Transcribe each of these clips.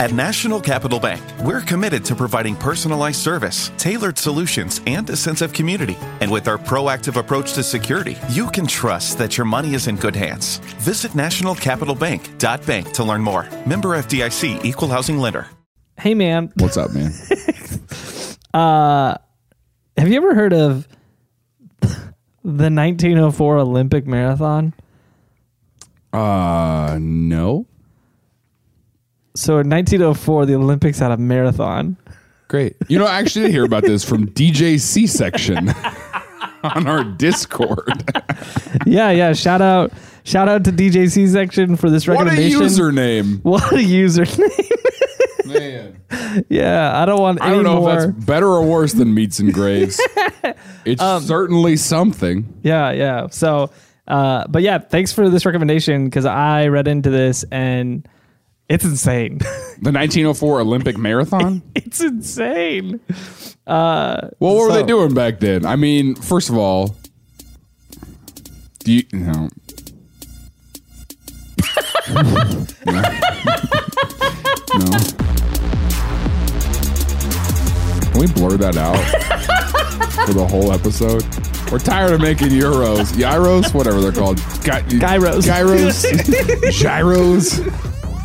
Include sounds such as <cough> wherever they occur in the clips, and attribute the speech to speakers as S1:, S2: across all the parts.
S1: At National Capital Bank, we're committed to providing personalized service, tailored solutions, and a sense of community. And with our proactive approach to security, you can trust that your money is in good hands. Visit nationalcapitalbank.bank to learn more. Member FDIC Equal Housing Lender.
S2: Hey man,
S3: What's up, man?
S2: have you ever heard of the 1904 Olympic Marathon?
S3: <laughs> Uh, no.
S2: So in 1904, the Olympics had a
S3: <laughs>
S2: marathon.
S3: Great. You know, I actually did hear about this from DJ C section <laughs> on our Discord.
S2: Yeah, yeah. Shout out, shout out to DJC section for this
S3: what a
S2: recommendation.
S3: username.
S2: <laughs> What a username. <laughs> yeah, I don't want
S3: I
S2: any
S3: don't know
S2: more.
S3: if that's better or worse than meats and <laughs> graves. It's certainly something.
S2: Yeah, yeah. So, uh, but yeah, thanks for this recommendation because I read into this and it's insane. <laughs>
S3: The 1904 Olympic Marathon.
S2: it's insane.
S3: Well, what were
S2: So-
S3: they doing back then? I mean, first of all, do you, you know? <laughs> no. no. Can we blur that out for the whole episode? We're tired of making euros, gyros, whatever they're called, Gy-
S2: Gyros. <laughs>
S3: gyros, gyros.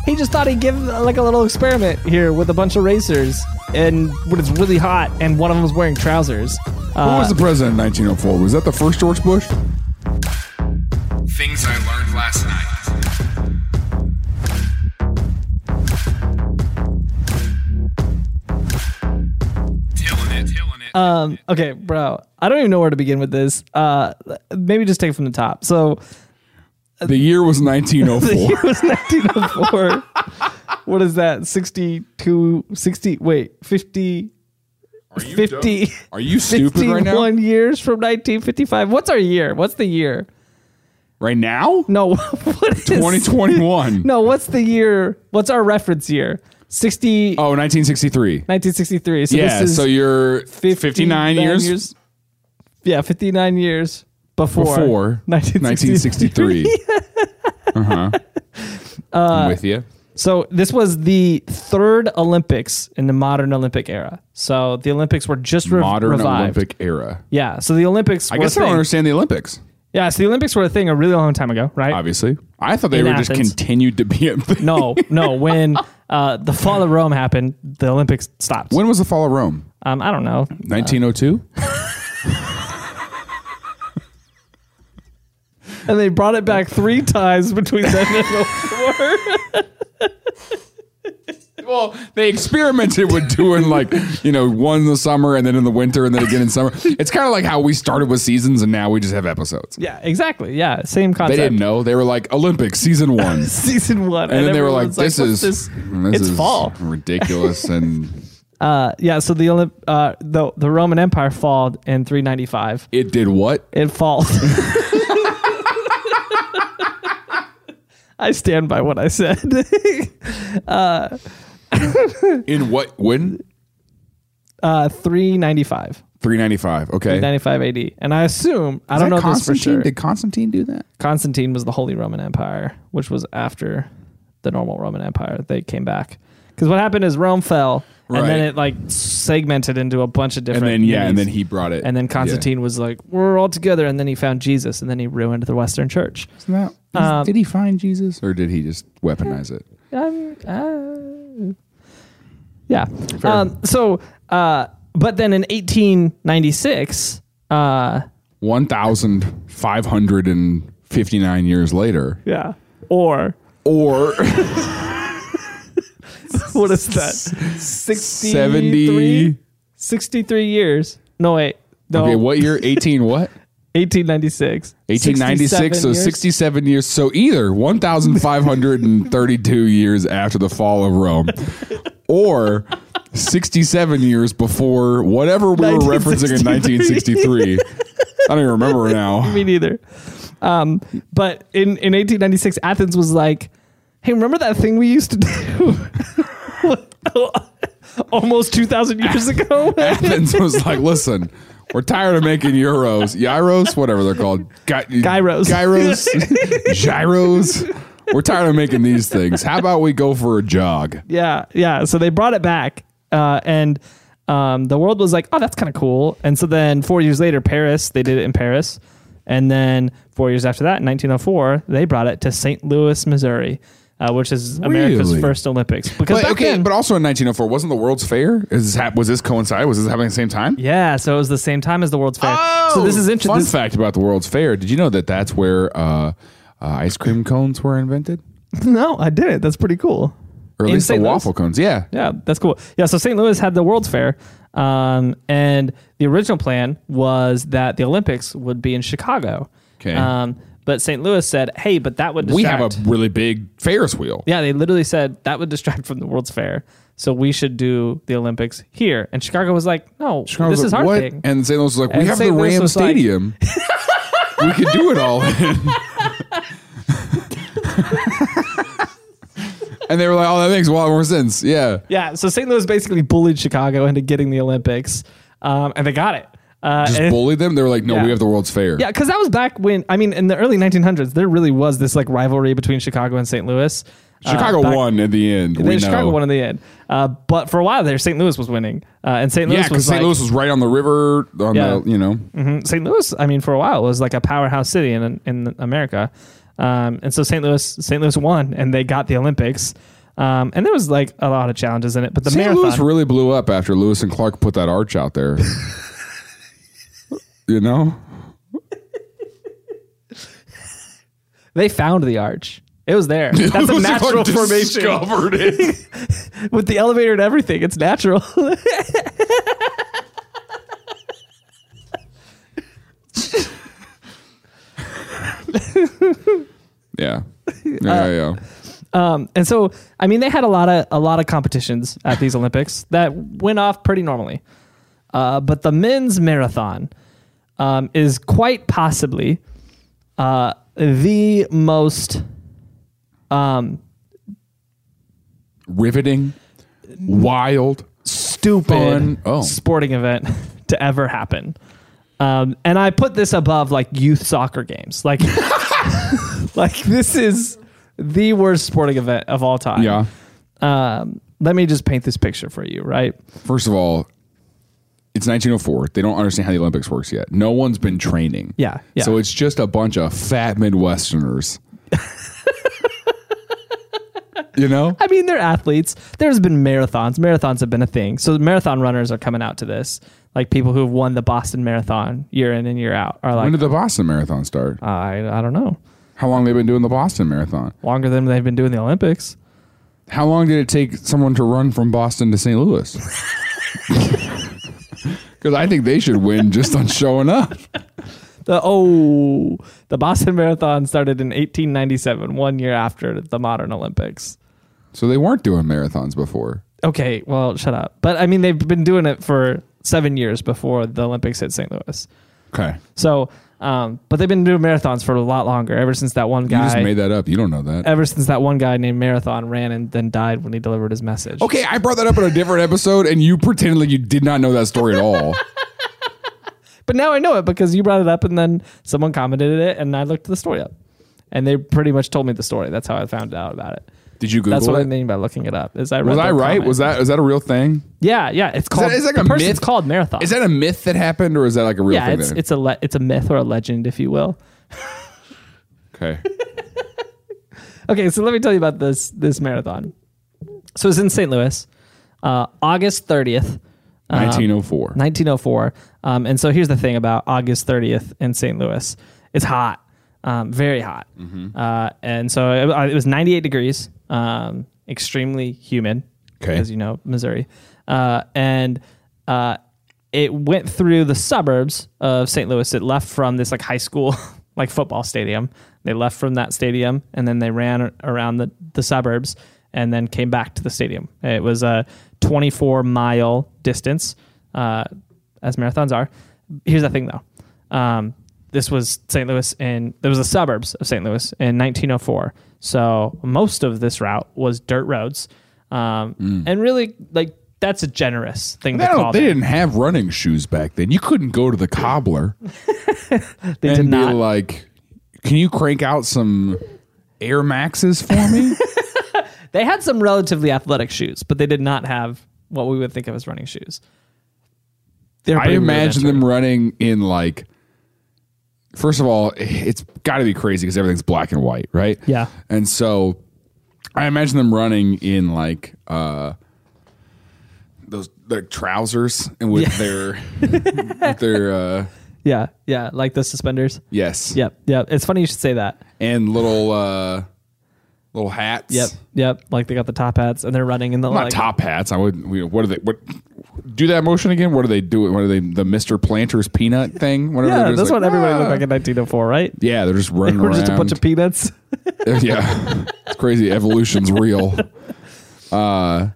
S2: He just thought he'd give uh, like a little experiment here with a bunch of racers and when it's really hot and one of them was wearing trousers. Um,
S3: Who
S2: Uh,
S3: was the president in 1904? Was that the first George Bush?
S4: Things I learned last night. Tilling it, tilling it.
S2: Um, okay, bro. I don't even know where to begin with this. Uh, maybe just take it from the top. So <laughs> uh,
S3: The year was 1904.
S2: it was 1904. what is that? 62, 60, wait, 50, 50,
S3: Are you stupid right now?
S2: 51 years from 1955. What's our year? What's the year?
S3: Right now?
S2: No, <laughs> what is
S3: 2021.
S2: No, what's the year? What's our reference year? 60,
S3: Oh, 1963.
S2: 1963. So
S3: yeah,
S2: this is
S3: so you're 59 years,
S2: Yeah, 59 years before,
S3: before 1963. <laughs> uh-huh. I'm with you.
S2: So this was the third Olympics in the modern Olympic era. So the Olympics were just re-
S3: Modern
S2: revived.
S3: Olympic era.
S2: Yeah. So the Olympics.
S3: I
S2: were
S3: guess
S2: a
S3: I don't
S2: thing.
S3: understand the Olympics,
S2: Yeah. So the Olympics were a thing a really long time ago, right?
S3: obviously. I thought they
S2: In
S3: were just
S2: Athens.
S3: continued to be a <laughs>
S2: <laughs>
S3: thing.
S2: No, no. When uh, the fall of Rome happened, the Olympics stopped.
S3: When was the fall of Rome?
S2: Um, I don't know.
S3: 1902?
S2: And they brought it back three times between then
S3: <laughs>
S2: and
S3: <laughs> well, they experimented with doing like, you know, one in the summer and then in the winter and then again in summer. It's kind of like how we started with seasons and now we just have episodes.
S2: <laughs> yeah, exactly. Yeah, same
S3: They
S2: concept.
S3: didn't know. They were like, Olympics season <laughs> one.
S2: Season one,
S3: and, then they were like,
S2: everyone's
S3: "This
S2: "What's
S3: is this
S2: it's
S3: is
S2: fall."
S3: ridiculous." <laughs> And
S2: Yeah, so the Olymp- uh, the the Roman Empire fall in 395.
S3: it did what?
S2: It falls. <laughs> I stand by what I said. <laughs>
S3: In what? When?
S2: uh, 395,
S3: Three ninety five. Okay.
S2: 95 AD. And I assume, I don't know this for sure.
S3: Did Constantine do that?
S2: Constantine was the Holy Roman Empire, which was after the normal Roman Empire. They came back. Because what happened is Rome fell, and then
S3: Right.
S2: it like segmented into a bunch of
S3: And
S2: different.
S3: then yeah, and
S2: minis.
S3: then he brought it.
S2: And then Constantine was like, "We're all together." And then he found Jesus, and then he ruined the Western Church.
S3: Yeah. Isn't that-
S2: Uh,
S3: did he find Jesus, or did he just weaponize it?
S2: I'm, uh, yeah. Um, so, uh, but then in 1896, uh,
S3: One thousand five hundred and fifty nine years later,
S2: yeah, or <laughs>
S3: or
S2: what is that? 63?
S3: seventy.
S2: 63 years. No, wait. No,
S3: Okay, what year? Eighteen what?
S2: 1896.
S3: 1896,
S2: 67
S3: so
S2: years.
S3: 67 years. So either 1,532 <laughs> years after the fall of Rome or 67 years before whatever we were referencing in 1963. I don't even remember now.
S2: Me neither. Um, but in, in 1896, Athens was like, hey, remember that thing we used to do? <laughs> Almost 2,000 years ago? <laughs>
S3: Athens was like, listen, we're tired of making <laughs> euros, gyros, whatever they're called. Gy-
S2: Gyros.
S3: Gyros. gyros. We're tired of making these things. How about we go for a jog?
S2: Yeah, yeah. So they brought it back, uh, and um, the world was like, "Oh, that's kind of cool." And so then four years later, Paris, they did it in Paris, and then four years after that, in 1904, they brought it to St. Louis, Missouri, uh, which is America's
S3: Really?
S2: first Olympics. Because
S3: But,
S2: back
S3: okay,
S2: then-
S3: but also in 1904, wasn't the World's Fair? Is this hap- was this coincide? Was this happening at the same time?
S2: yeah, so it was the same time as the World's Fair. so this is
S3: Oh, Fun
S2: interesting.
S3: fact about the World's Fair: Did you know that that's where uh, uh, ice cream cones were invented,
S2: No, I didn't. That's pretty cool.
S3: or at
S2: In
S3: least the
S2: St. Louis?
S3: waffle cones? Yeah,
S2: Yeah, that's cool. Yeah, so St. Louis had the World's Fair, um, and the original plan was that the Olympics would be in Chicago.
S3: 'Kay.
S2: Um, but St. Louis said, "Hey, but that would
S3: we
S2: distract."
S3: have a really big Ferris wheel.
S2: yeah, they literally said that would distract from the World's Fair, so we should do the Olympics here. And Chicago was like, "No,
S3: Chicago was
S2: this is
S3: like,
S2: our
S3: "What?"
S2: thing."
S3: And St. Louis was like, we
S2: And
S3: have
S2: St.
S3: the
S2: Louis
S3: Ram
S2: was like- <laughs>
S3: Stadium. we could do it all. and they were like, oh, that makes a lot more sense. Yeah.
S2: yeah, so St. Louis basically bullied Chicago into getting the Olympics, um, and they got it. Uh,
S3: Just
S2: and-
S3: bully them. They were like, no,
S2: Yeah.
S3: we have the World's Fair.
S2: Yeah, because that was back when I mean, in the early 1900s, there really was this like rivalry between Chicago and St. Louis. Uh,
S3: Chicago
S2: back-
S3: won in the end.
S2: Then
S3: we
S2: Chicago
S3: know.
S2: won in the end, uh, but for a while there, St. Louis was winning, uh, and St. Louis
S3: yeah, because
S2: was
S3: St.
S2: like
S3: Louis was right on the river. On
S2: Yeah.
S3: the you know,
S2: Mhm. St. Louis. I mean, for a while was like a powerhouse city in in America, um, and so St. Louis St. Louis won, and they got the Olympics, um, and there was like a lot of challenges in it, but the
S3: St.
S2: marathon.
S3: Louis really blew up after Lewis and Clark put that arch out there. you know,
S2: they found the arch. It was
S3: <laughs>
S2: there. <laughs> That's a
S3: Lewis and Clark
S2: natural formation <laughs>
S3: Discovered it.
S2: with the elevator and everything. It's natural. <laughs>
S3: yeah, yeah, yeah.
S2: Um, and so, I mean, they had a lot of a lot of competitions at these Olympics that went off pretty normally. Uh, but the men's marathon um, is quite possibly uh, the most um,
S3: Riveting, wild.
S2: stupid
S3: Fun. Oh.
S2: sporting event <laughs> to ever happen. Um, and I put this above like youth soccer games. Like, <laughs> like this is the worst sporting event of all time.
S3: Yeah.
S2: um, let me just paint this picture for you, right?
S3: First of all, it's 1904. They don't understand how the Olympics works yet. No one's been training.
S2: Yeah, yeah.
S3: So it's just a bunch of fat Midwesterners.
S2: <laughs>
S3: you know?
S2: I mean, they're athletes. There's been marathons. Marathons have been a thing. So marathon runners are coming out to this. Like people who have won the Boston Marathon year in and year out are
S3: When
S2: like, "Uh,
S3: did the Boston Marathon start?
S2: I, I don't know,
S3: How long they been doing the Boston Marathon?
S2: longer than they've been doing the Olympics.
S3: How long did it take someone to run from Boston to St.
S2: <laughs>
S3: Louis? Because I think they should win just on showing up.
S2: The oh, the Boston <laughs> Marathon started in 1897, one year after the modern Olympics.
S3: So they weren't doing marathons before.
S2: Okay, well, shut up. But I mean, they've been doing it for seven years before the Olympics hit St. Louis.
S3: Okay.
S2: So, um, but they've been doing marathons for a lot longer. Ever since that one
S3: You
S2: guy,
S3: just made that up. You don't know that.
S2: ever since that one guy named Marathon ran and then died when he delivered his message.
S3: Okay, I brought that up in a different episode, and you pretended like you did not know that story at all.
S2: but now I know it because you brought it up and then someone commented it, and I looked the story up, and they pretty much told me the story. That's how I found out about it.
S3: Did you Google
S2: That's what
S3: it?
S2: I mean by looking it up. Is I read
S3: Was
S2: that
S3: I right?
S2: comment.
S3: Was that is that a real thing?
S2: Yeah, yeah. It's called.
S3: is that
S2: the
S3: like a
S2: person's
S3: myth?
S2: called Marathon.
S3: Is that a myth that happened, or is that like a real
S2: yeah,
S3: thing?
S2: it's
S3: that-
S2: it's a le- it's a myth or a legend, if you will.
S3: okay.
S2: <laughs> Okay, so let me tell you about this this marathon. So it's in St. Louis, uh, August thirtieth, um,
S3: 1904.
S2: 1904. Um, and so here's the thing about August 30th in St. Louis it's hot, um, very hot. Uh, and so it, uh, it was 98 degrees, um, extremely humid,
S3: Okay.
S2: as you know, Missouri. Uh, and uh, it went through the suburbs of St. Louis. It left from this like high school, <laughs> like football stadium. They left from that stadium and then they ran a- around the, the suburbs and then came back to the stadium. It was a 24 mile distance, uh, as marathons are. Here's the thing though. Um, this was St. Louis and there was the suburbs of St. Louis in 1904. So most of this route was dirt roads. Um, and really like, that's a generous thing
S3: Mm. They,
S2: to call
S3: don't, they
S2: them.
S3: didn't have running shoes back then. You couldn't go to the cobbler
S2: <laughs> They
S3: and
S2: did
S3: be
S2: not.
S3: like, "Can you crank out some Air Maxes for
S2: <laughs>
S3: me?
S2: They had some relatively athletic shoes, but they did not have what we would think of as running shoes. They were
S3: I
S2: pretty rudimentary.
S3: imagine them running in like. First of all, it's got to be crazy because everything's black and white, right?
S2: Yeah.
S3: And so, I imagine them running in like uh, those their trousers and with
S2: <laughs>
S3: their with their uh,
S2: Yeah, yeah, like the suspenders.
S3: yes,
S2: Yep, yep. It's funny you should say that.
S3: and little uh, little hats.
S2: Yep, yep. Like they got the top hats and they're running in the
S3: Not
S2: like,
S3: top hats. I would. We, what are they? What do that motion again? What do they do? What are they? The Mister Planters peanut thing? Whatever.
S2: Yeah,
S3: they're just
S2: that's
S3: like,
S2: what everybody
S3: "Ah."
S2: looked like in 1904, right?
S3: Yeah, they're just running
S2: <laughs> We're
S3: around.
S2: just a
S3: <laughs>
S2: bunch of peanuts.
S3: yeah, it's crazy. Evolution's
S2: <laughs>
S3: real.
S2: Uh,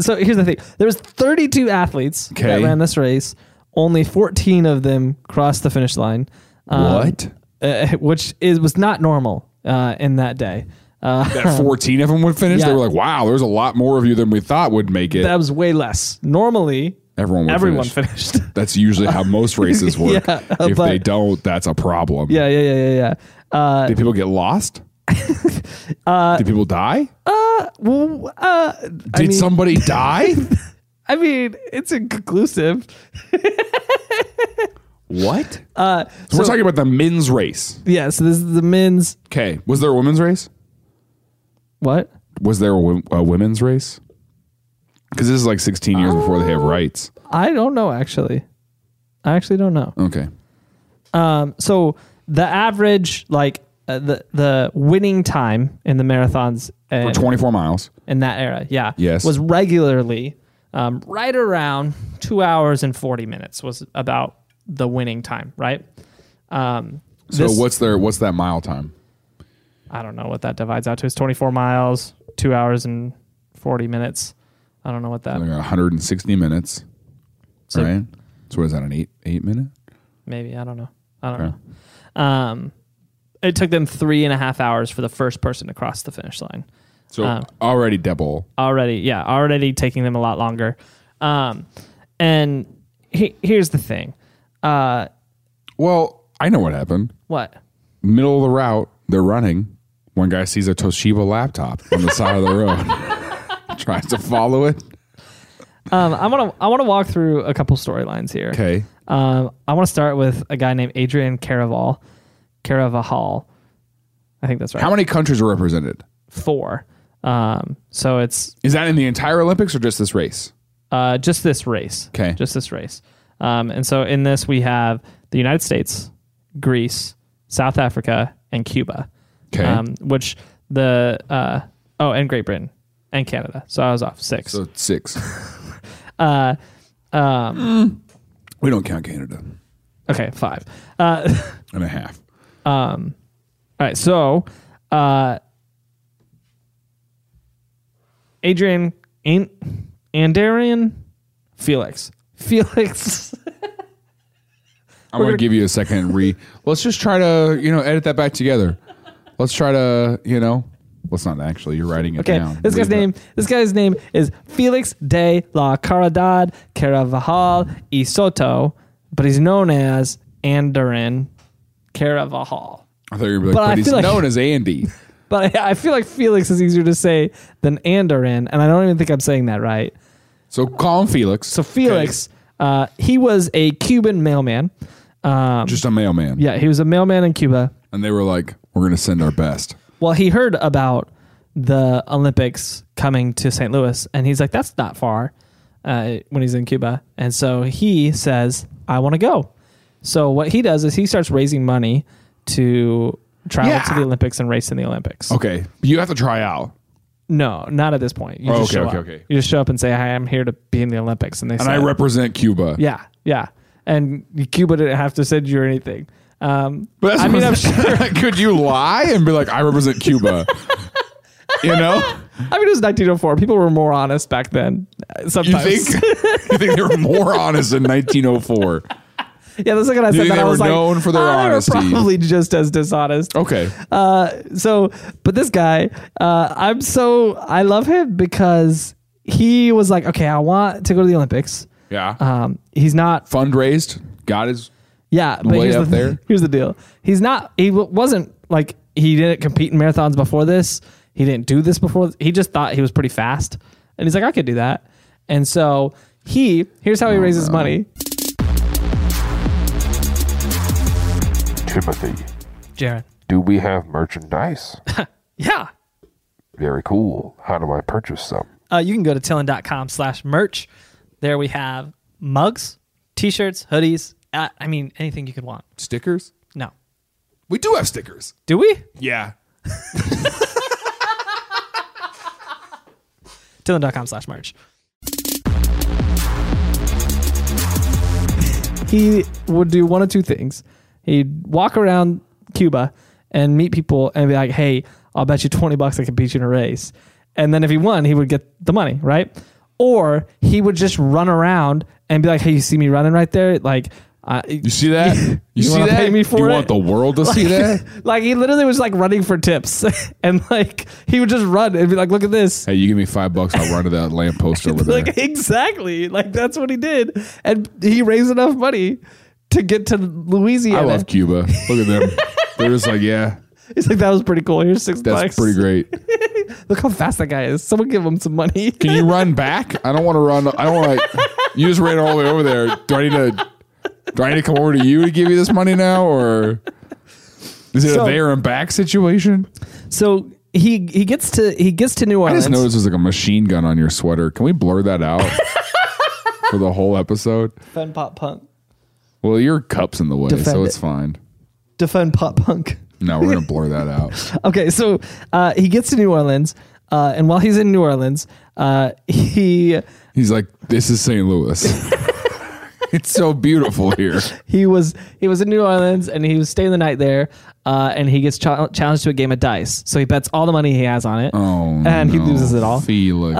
S2: so here's the thing: there was 32 athletes that
S3: Okay.
S2: ran this race. Only 14 of them crossed the finish line. Um,
S3: What?
S2: Uh, <laughs> which is was not normal uh, in that day. Uh, <laughs>
S3: That fourteen of them would finish. They
S2: Yeah.
S3: were like, "Wow, there's a lot more of you than we thought would make it."
S2: that was way less. Normally,
S3: everyone, would
S2: everyone
S3: finish.
S2: <laughs> finished.
S3: That's usually
S2: <laughs>
S3: how most races work.
S2: Yeah,
S3: if
S2: but-
S3: they don't, that's a problem.
S2: yeah, yeah, yeah, yeah, yeah. Uh,
S3: Did people
S2: <laughs>
S3: get lost? Did people die?
S2: well, uh, I
S3: Did
S2: mean, <laughs>
S3: somebody die?
S2: I mean, it's inconclusive.
S3: What?
S2: Uh,
S3: so we're
S2: so-
S3: talking about the men's race.
S2: yeah, so this is the men's
S3: Okay. Was there a women's race?
S2: what?
S3: Was there a, wo- a women's race? Because this is like 16 years before they have rights.
S2: I don't know actually. I actually don't know.
S3: Okay.
S2: so the average like uh, the the winning time in the marathons
S3: For
S2: and,
S3: 24 miles.
S2: in that era yeah
S3: Yes.
S2: was regularly um, right around two hours and 40 minutes was about the winning time right um,
S3: So
S2: this-
S3: what's their what's that mile time?
S2: i don't know what that divides out to it's 24 miles two hours and 40 minutes i don't know what that
S3: They're 160 minutes,
S2: So-
S3: right? So what is that? An eight eight minute?
S2: maybe i don't know i don't know um, it took them three and a half hours for the first person to cross the finish line
S3: So
S2: Uh,
S3: already double.
S2: already yeah already taking them a lot longer um and he, here's the thing uh
S3: Well, I know what happened.
S2: what
S3: Middle of the route, they're running. One guy sees a Toshiba laptop on the side of the road,
S2: <laughs>
S3: tries to follow it.
S2: um i want to i want to walk through a couple storylines here
S3: Okay.
S2: um i want to start with a guy named adrian caraval caravajal i think that's right
S3: How many countries are represented?
S2: four um so it's
S3: Is that in the entire Olympics or just this race?
S2: uh just this race
S3: Okay.
S2: just this race um and so in this we have the united states greece south africa and cuba
S3: Okay.
S2: um, which the uh, oh, and Great Britain and Canada. So I was off six.
S3: so six.
S2: uh, um,
S3: We don't count Canada
S2: okay, five. Uh, <laughs>
S3: and a half.
S2: all right, so uh, Adrian and Andarian Felix <laughs> Felix.
S3: I'm going to give you a second re.
S2: <laughs>
S3: Let's just try to, you know, edit that back together. Let's try to, you know, let's not actually. You're writing it
S2: Okay,
S3: down.
S2: this guy's
S3: Leave it.
S2: name. This guy's name is Felix de la Caridad Caravajal y Soto, but he's known as Andarin Caravajal.
S3: I thought you were gonna be
S2: But
S3: like, but,
S2: I
S3: he's
S2: feel like- <laughs>
S3: known as Andy.
S2: But <laughs> I, I feel like Felix is easier to say than Andorin, and I don't even think I'm saying that right.
S3: So call him Felix.
S2: So Felix, uh, he was a Cuban mailman.
S3: just a mailman.
S2: um, Yeah, he was a mailman in Cuba.
S3: And they were like, we're going to send our best.
S2: Well, he heard about the Olympics coming to St. Louis, and he's like, "That's not far." Uh, when he's in Cuba, and so he says, "I want to go." So what he does is he starts raising money to travel
S3: Yeah.
S2: to the Olympics and race in the Olympics.
S3: Okay. You have to try out.
S2: No, not at this point. You
S3: Oh,
S2: just
S3: okay,
S2: show
S3: okay,
S2: up.
S3: okay.
S2: You just show up and say, "Hi, I'm here to be in the Olympics," and they
S3: And
S2: say,
S3: I represent Cuba.
S2: "Yeah, yeah." And Cuba didn't have to send you anything. Um,
S3: But that's
S2: I mean,
S3: what-
S2: I'm sure.
S3: <laughs> could you lie and be like, I represent Cuba? you know?
S2: <laughs> I mean, it was 1904. People were more honest back then. uh,
S3: You
S2: Sometimes,
S3: think, you think they were more honest in 1904?
S2: <laughs> yeah. The second I said
S3: think
S2: that,
S3: they
S2: I
S3: were
S2: was like,
S3: known for their
S2: "Ah, they were
S3: honesty?"
S2: probably just as dishonest.
S3: Okay.
S2: Uh, so, but this guy, uh, I'm so I love him because he was like, "Okay, I want to go to the Olympics."
S3: Yeah.
S2: Um, he's not
S3: Fundraised. Got his.
S2: Yeah, but <laughs>
S3: Way
S2: here's
S3: up
S2: the,
S3: there?
S2: Here's the deal. He's not. He w- wasn't like he didn't compete in marathons before this. He didn't do this before. He just thought he was pretty fast, and he's like, I could do that. And so he here's
S3: Oh,
S2: how he raises money.
S5: Timothy,
S2: Jared.
S5: do we have merchandise?
S2: Yeah.
S5: Very cool. How do I purchase some?
S2: Uh, you can go to tillin.com slash merch. There we have mugs, t-shirts, hoodies. Uh, I mean, anything you could want.
S3: Stickers?
S2: No.
S3: We do have stickers.
S2: Do we?
S3: Yeah.
S2: Dylan.com slash merch. <laughs> He would do one of two things. He'd walk around Cuba and meet people and be like, hey, I'll bet you 20 bucks I can beat you in a race. And then if he won, he would get the money, right? Or he would just run around and be like, hey, you see me running right there? Like, uh,
S3: You see
S2: <laughs>
S3: that? You, see
S2: wanna
S3: that?
S2: pay me for
S3: you
S2: it?
S3: want the world to see that?
S2: <laughs> like he literally was like running for tips <laughs> and like he would just run and be like, look at this.
S3: Hey, you give me five bucks, I'll run to that
S2: <laughs>
S3: lamppost over there.
S2: Like exactly, like that's what he did, and he raised enough money to get to Louisiana.
S3: I love Cuba. Look at them. They're just like, yeah,
S2: He's like, that was pretty cool. Here's six
S3: that's
S2: bucks.
S3: pretty great.
S2: Look how fast that guy is. Someone give him some money.
S3: Can you run back? I don't want to run. I don't want to. You just ran all the way over there. Do I need to? Do I need to come over to you to give you this money now, or is it
S2: So-
S3: a there and back situation?
S2: <laughs> so he he gets to he gets to New
S3: I
S2: Orleans.
S3: just noticed there's like a machine gun on your sweater. Can we blur
S2: <laughs>
S3: that out for the whole episode?
S2: Defend pop punk.
S3: Well, your cup's in the way,
S2: Defend
S3: so
S2: it.
S3: it's fine.
S2: Defend pop punk. <laughs>
S3: No, we're gonna blur that out.
S2: Okay, so uh, he gets to New Orleans, uh, and while he's in New Orleans, uh, <laughs> he
S3: He's like, "This is St. Louis.
S2: <laughs>
S3: it's so beautiful here."
S2: he was he was in New Orleans and he was staying the night there, uh, and he gets chal- challenged to a game of dice. So he bets all the money he has on it,
S3: Oh,
S2: and he
S3: no,
S2: loses it all.
S3: Felix.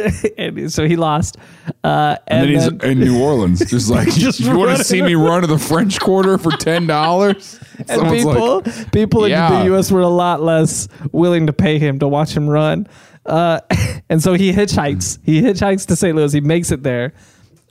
S2: <laughs> and so he lost. Uh,
S3: And,
S2: and,
S3: then he's
S2: then-
S3: in New Orleans,
S2: <laughs>
S3: just like
S2: Just
S3: you want
S2: running.
S3: to see me run to the French Quarter
S2: <laughs>
S3: for ten dollars.
S2: and people people in
S3: "Yeah."
S2: the U.S. were a lot less willing to pay him to watch him run. Uh, <laughs> and so he hitchhikes. He hitchhikes to St. Louis. He makes it there,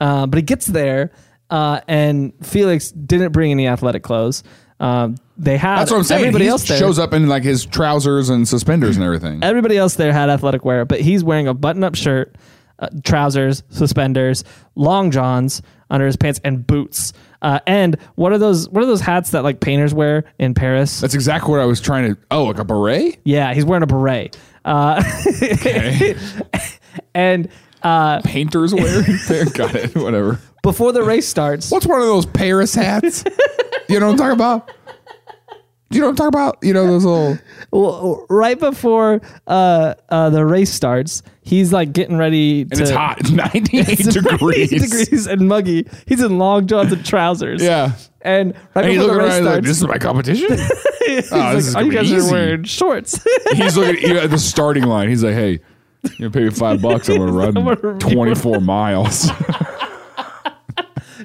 S2: uh, but he gets there, uh, and Felix didn't bring any athletic clothes. Um, they had
S3: that's what I'm saying.
S2: Everybody
S3: he
S2: else there
S3: shows up in like his trousers and suspenders and everything.
S2: Everybody else there had athletic wear, but he's wearing a button-up shirt, uh, trousers, suspenders, long johns under his pants, and boots. Uh, and what are those? What are those hats that like painters wear in Paris?
S3: That's exactly what I was trying to. Oh, like
S2: <laughs>
S3: a beret.
S2: yeah, he's wearing a beret, uh, <laughs>
S3: Okay.
S2: and uh,
S3: Painters wear.
S2: <laughs>
S3: Got it. Whatever.
S2: before the race
S3: <laughs>
S2: starts,
S3: What's one of those Paris hats? you know what I'm talking about? You know what I'm talking about? You know those little.
S2: well, right before uh, uh, the race starts, he's like getting ready. to,
S3: And
S2: <laughs>
S3: it's hot. <laughs> It's 98
S2: It's <laughs>
S3: degrees.
S2: 90 degrees and muggy. He's in long johns and trousers.
S3: Yeah.
S2: and right
S3: And he's
S2: before the
S3: looking
S2: race
S3: around. He's like,
S2: starts,
S3: this is my competition.
S2: <laughs>
S3: oh, this is
S2: Oh,
S3: gonna
S2: you
S3: be
S2: guys
S3: easy.
S2: are wearing
S3: <laughs>
S2: shorts. <laughs>
S3: He's looking at, you at the starting line. He's like, "Hey, you pay me five
S2: <laughs>
S3: bucks. I'm gonna run 24 miles."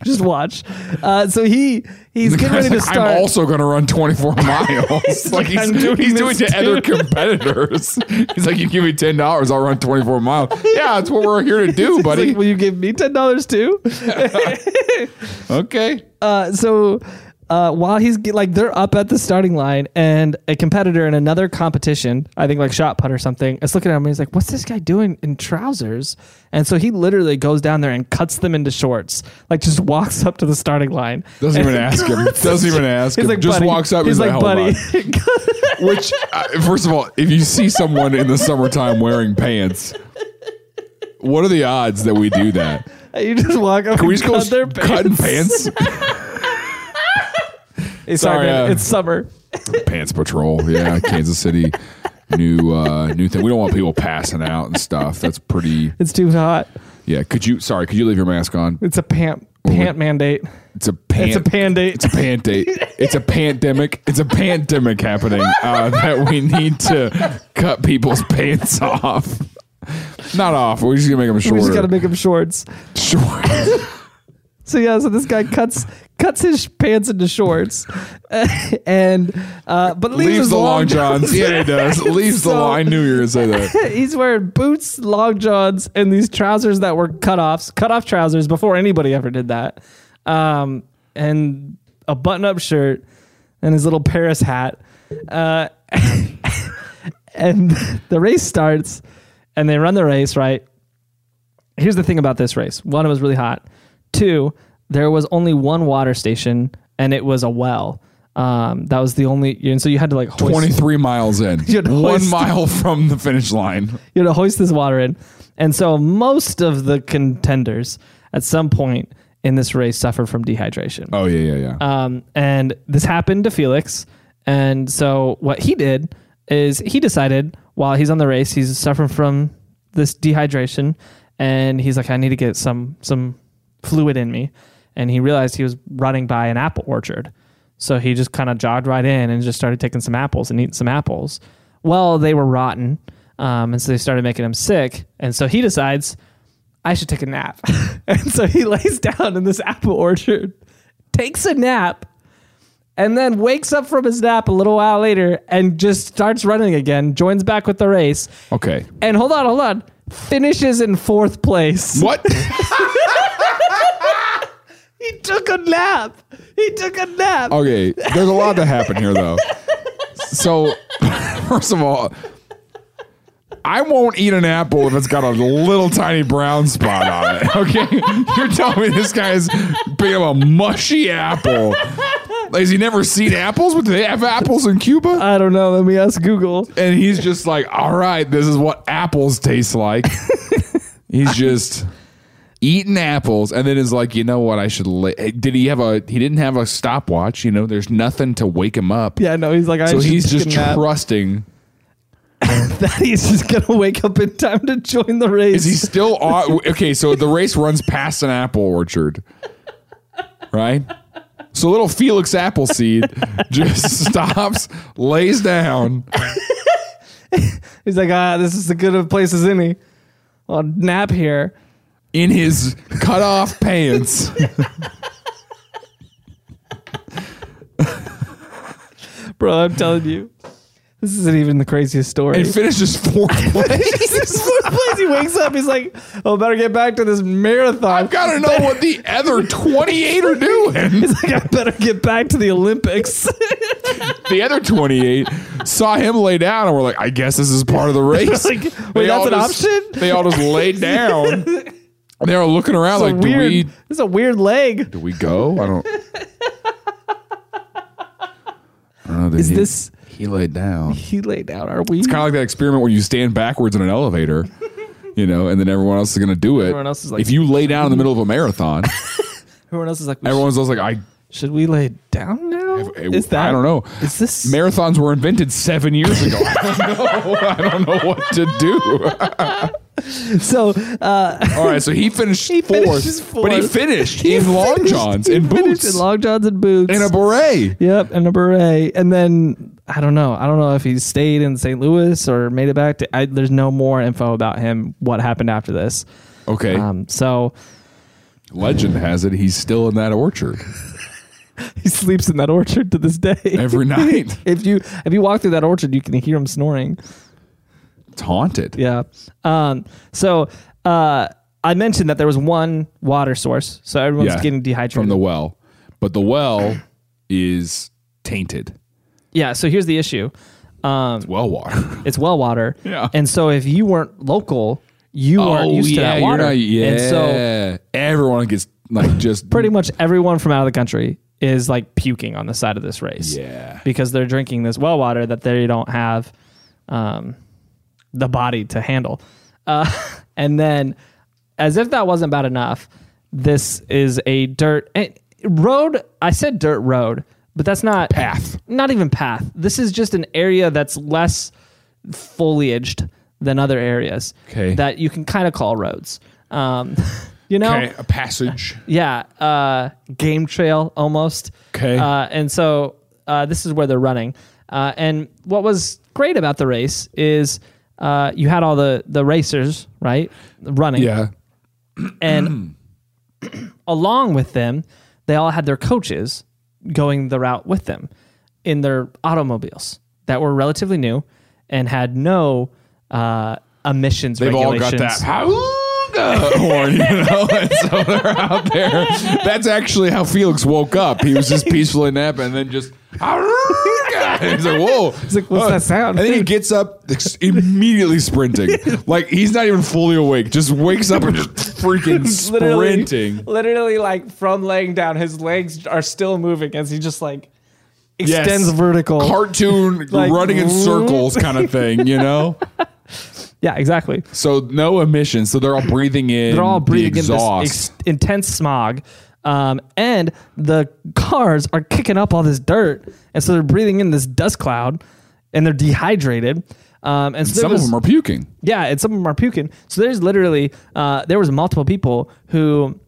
S2: Just watch. Uh, so he he's
S3: <laughs>
S2: getting
S3: The guy's
S2: ready to
S3: like,
S2: start.
S3: I'm
S2: <laughs>
S3: also gonna run 24 miles. like he's
S2: I'm doing
S3: doing, he's
S2: this
S3: doing to
S2: too. <laughs>
S3: other competitors. <laughs> he's like, "You give me ten dollars, I'll run 24
S2: <laughs>
S3: miles." Yeah, that's what we're here to do,
S2: He's like,
S3: buddy.
S2: Will you give me ten dollars
S3: <laughs>
S2: too?
S3: Okay.
S2: Uh, so uh, while he's get, like they're up at the starting line, and a competitor in another competition, I think like shot put or something, is looking at him and he's like, "What's this guy doing in trousers?" And so he literally goes down there and cuts them into shorts. Like just walks up to the starting line.
S3: Doesn't even
S2: and
S3: ask
S2: <laughs>
S3: him.
S2: cuts-
S3: Doesn't even ask
S2: He's
S3: him.
S2: like,
S3: Just
S2: buddy.
S3: walks up.
S2: He's,
S3: He's like,
S2: like,
S3: "Hold
S2: <laughs> buddy.
S3: <laughs> Which, uh, first of all, if you see someone in the summertime wearing pants, what are the odds that we do that?
S2: you just walk up.
S3: Can we
S2: and
S3: just go
S2: cut their
S3: s- cutting pants?
S2: <laughs> Hey,
S3: Sorry,
S2: sorry, man.
S3: uh,
S2: it's summer.
S3: Pants Patrol. Yeah, Kansas City. New uh new thing. We don't want people passing out and stuff. That's pretty
S2: It's too hot.
S3: yeah. Could you sorry, could you leave your mask on?
S2: It's a pant pant mandate.
S3: It's a pant
S2: It's a pandate.
S3: It's a pant date. It's a pandemic. It's a pandemic happening uh, that we need to cut people's pants off. Not off. We're just gonna make them
S2: <laughs>
S3: shorter.
S2: We just gotta make him shorts.
S3: Short.
S2: <laughs> So yeah, so this guy cuts cuts his pants into shorts, <laughs> and uh, but leaves,
S3: Leaves
S2: his
S3: the long johns. Yeah,
S2: <laughs>
S3: he does. Leaves the
S2: So-
S3: long. I knew you were gonna say
S2: <laughs>
S3: that.
S2: He's wearing boots, long johns, and these trousers that were cutoffs, cutoff trousers before anybody ever did that, um, and a button-up shirt and his little Paris hat. Uh, <laughs> and the race starts and they run the race right here's the thing about this race one it was really hot two there was only one water station and it was a well um, that was the only and so you had to like hoist,
S3: 23 miles in,
S2: You'd
S3: one
S2: hoist-
S3: mile from the finish line.
S2: you had to hoist this water in and so most of the contenders at some point in this race suffered from dehydration
S3: Oh yeah, yeah, yeah.
S2: Um, and this happened to Felix. And so what he did is he decided while he's on the race, he's suffering from this dehydration, and he's like, I need to get some some fluid in me. And he realized he was running by an apple orchard. So he just kind of jogged right in and just started taking some apples and eating some apples. Well, they were rotten. Um, and so they started making him sick. And so he decides, I should take a nap. <laughs> and so he lays down in this apple orchard, takes a nap, and then wakes up from his nap a little while later and just starts running again, joins back with the race,
S3: okay.
S2: and hold on, hold on, finishes in fourth place. <laughs>
S3: What?
S2: He took a nap. He took a nap.
S3: <laughs> okay. There's a lot to happen here though. So, <laughs> first of all, I won't eat an apple if it's got a little tiny brown spot on it. <laughs> Okay, you're telling me this guy's being a mushy apple. Like, has he never seen apples? What do they have apples in Cuba?
S2: I don't know. Let me ask Google.
S3: and he's just like, all right, this is what apples taste like. he's just eating apples, and then is like, you know what? I should. Li-. Did he have a? He didn't have a stopwatch. You know, there's nothing to wake him up.
S2: Yeah, no, he's like, I
S3: So
S2: should
S3: he's
S2: take
S3: just
S2: a nap.
S3: trusting.
S2: <laughs> that he's just gonna wake up in time to join the race.
S3: Is he still on? Okay, so the race runs past an apple orchard, right? So little Felix Appleseed just stops, lays down.
S2: he's like, ah, this is as good of a place as any. I'll nap here.
S3: in his cut off pants.
S2: Bro, I'm telling you. This isn't even the craziest story. <laughs>
S3: and finishes fourth place.
S2: Jesus, fourth place. He wakes up. He's like, "Oh, better get back to this marathon."
S3: I've got to know what the <laughs> other 28 are doing.
S2: He's like, "I better get back to the
S3: <laughs>
S2: Olympics."
S3: The other 28 saw him lay down and were like, I guess this is part
S2: <laughs>
S3: of the race.
S2: Like, wait,
S3: They
S2: that's
S3: all
S2: an
S3: just-
S2: option?
S3: They all just laid
S2: <laughs>
S3: down. And they were looking around
S2: It's a
S3: like, do
S2: weird.
S3: we,
S2: This is a weird leg.
S3: do we go? I don't. I don't know, then
S2: Is
S3: he-
S2: this-
S3: He laid down.
S2: He laid down. Are we?
S3: kind of like that experiment where you stand backwards in an elevator, you know, and then everyone else is going to do it.
S2: Everyone else is like-
S3: if you lay down in the middle of
S2: <laughs>
S3: a marathon,
S2: Everyone else is like, we
S3: everyone's always like, I,
S2: should, should we lay down now?
S3: I, I don't know.
S2: Is this?
S3: Marathons were invented seven
S2: <laughs>
S3: years ago. I don't know. I don't know what to do.
S2: so uh,
S3: All right, so he finished
S2: He
S3: fourth,
S2: finishes
S3: but he
S2: fourth.
S3: finished <laughs> in long
S2: finished-
S3: johns
S2: he
S3: and
S2: finished
S3: boots
S2: in long johns and boots.
S3: and a beret.
S2: Yep, and a beret. And then I don't know. I don't know if he stayed in St. Louis or made it back to. I, there's no more info about him. What happened after this?
S3: Okay,
S2: Um, so <laughs>
S3: legend has it he's still in that orchard
S2: he sleeps in that orchard to this day.
S3: every night.
S2: <laughs> If you if you walk through that orchard, you can hear him snoring.
S3: It's haunted.
S2: Yeah. Um, so uh, I mentioned that there was one water source, so everyone's
S3: Yeah,
S2: getting
S3: from
S2: dehydrated.
S3: the well, but the well is tainted.
S2: yeah. So here's the issue. Um,
S3: Well water.
S2: it's well water.
S3: Yeah.
S2: And so if you weren't local, <laughs> you weren't used to that
S3: you're
S2: water.
S3: not- Oh, yeah.
S2: And so
S3: everyone gets like just
S2: pretty much everyone from out of the country is like puking on the side of this race.
S3: Yeah.
S2: Because they're drinking this well water that they don't have um, the body to handle. Uh, <laughs> and then, as if that wasn't bad enough, this is a dirt eh, road. I said dirt road, but that's not
S3: Path.
S2: Not even path. This is just an area that's less foliaged than other areas
S3: Okay.
S2: that you can kind of call roads. Um, <laughs> you know,
S3: Okay, a
S2: <laughs>
S3: passage.
S2: yeah, uh, game trail almost.
S3: 'Kay.
S2: Uh, and so uh, this is where they're running. Uh, and what was great about the race is uh, you had all the the racers right running.
S3: Yeah.
S2: And along with them, they all had their coaches going the route with them in their automobiles that were relatively new and had no uh, emissions
S3: They've all
S2: regulations.
S3: got that. How Santa horn, you know? And so they're out there. That's actually how Felix woke up. He was just peacefully napping and then just. "Arrgh!" He's like, whoa. He's
S2: like, what's that sound?
S3: And then he gets up ex- immediately sprinting. like, he's not even fully awake. Just wakes up and just
S2: <laughs>
S3: freaking
S2: literally,
S3: sprinting.
S2: literally like from laying down, his legs are still moving as he just like extends
S3: Yes.
S2: vertical.
S3: Cartoon
S2: <laughs> Like,
S3: running in circles kind of thing, you know?
S2: yeah, exactly.
S3: So no emissions. So they're all breathing in.
S2: They're all breathing
S3: the
S2: in this
S3: exhaust.
S2: ex- intense smog. Um, and the cars are kicking up all this dirt, and so they're breathing in this dust cloud, and they're dehydrated. Um, and so there
S3: Some
S2: was-
S3: of them are puking.
S2: Yeah, and some of them are puking. So there's literally uh, there was multiple people who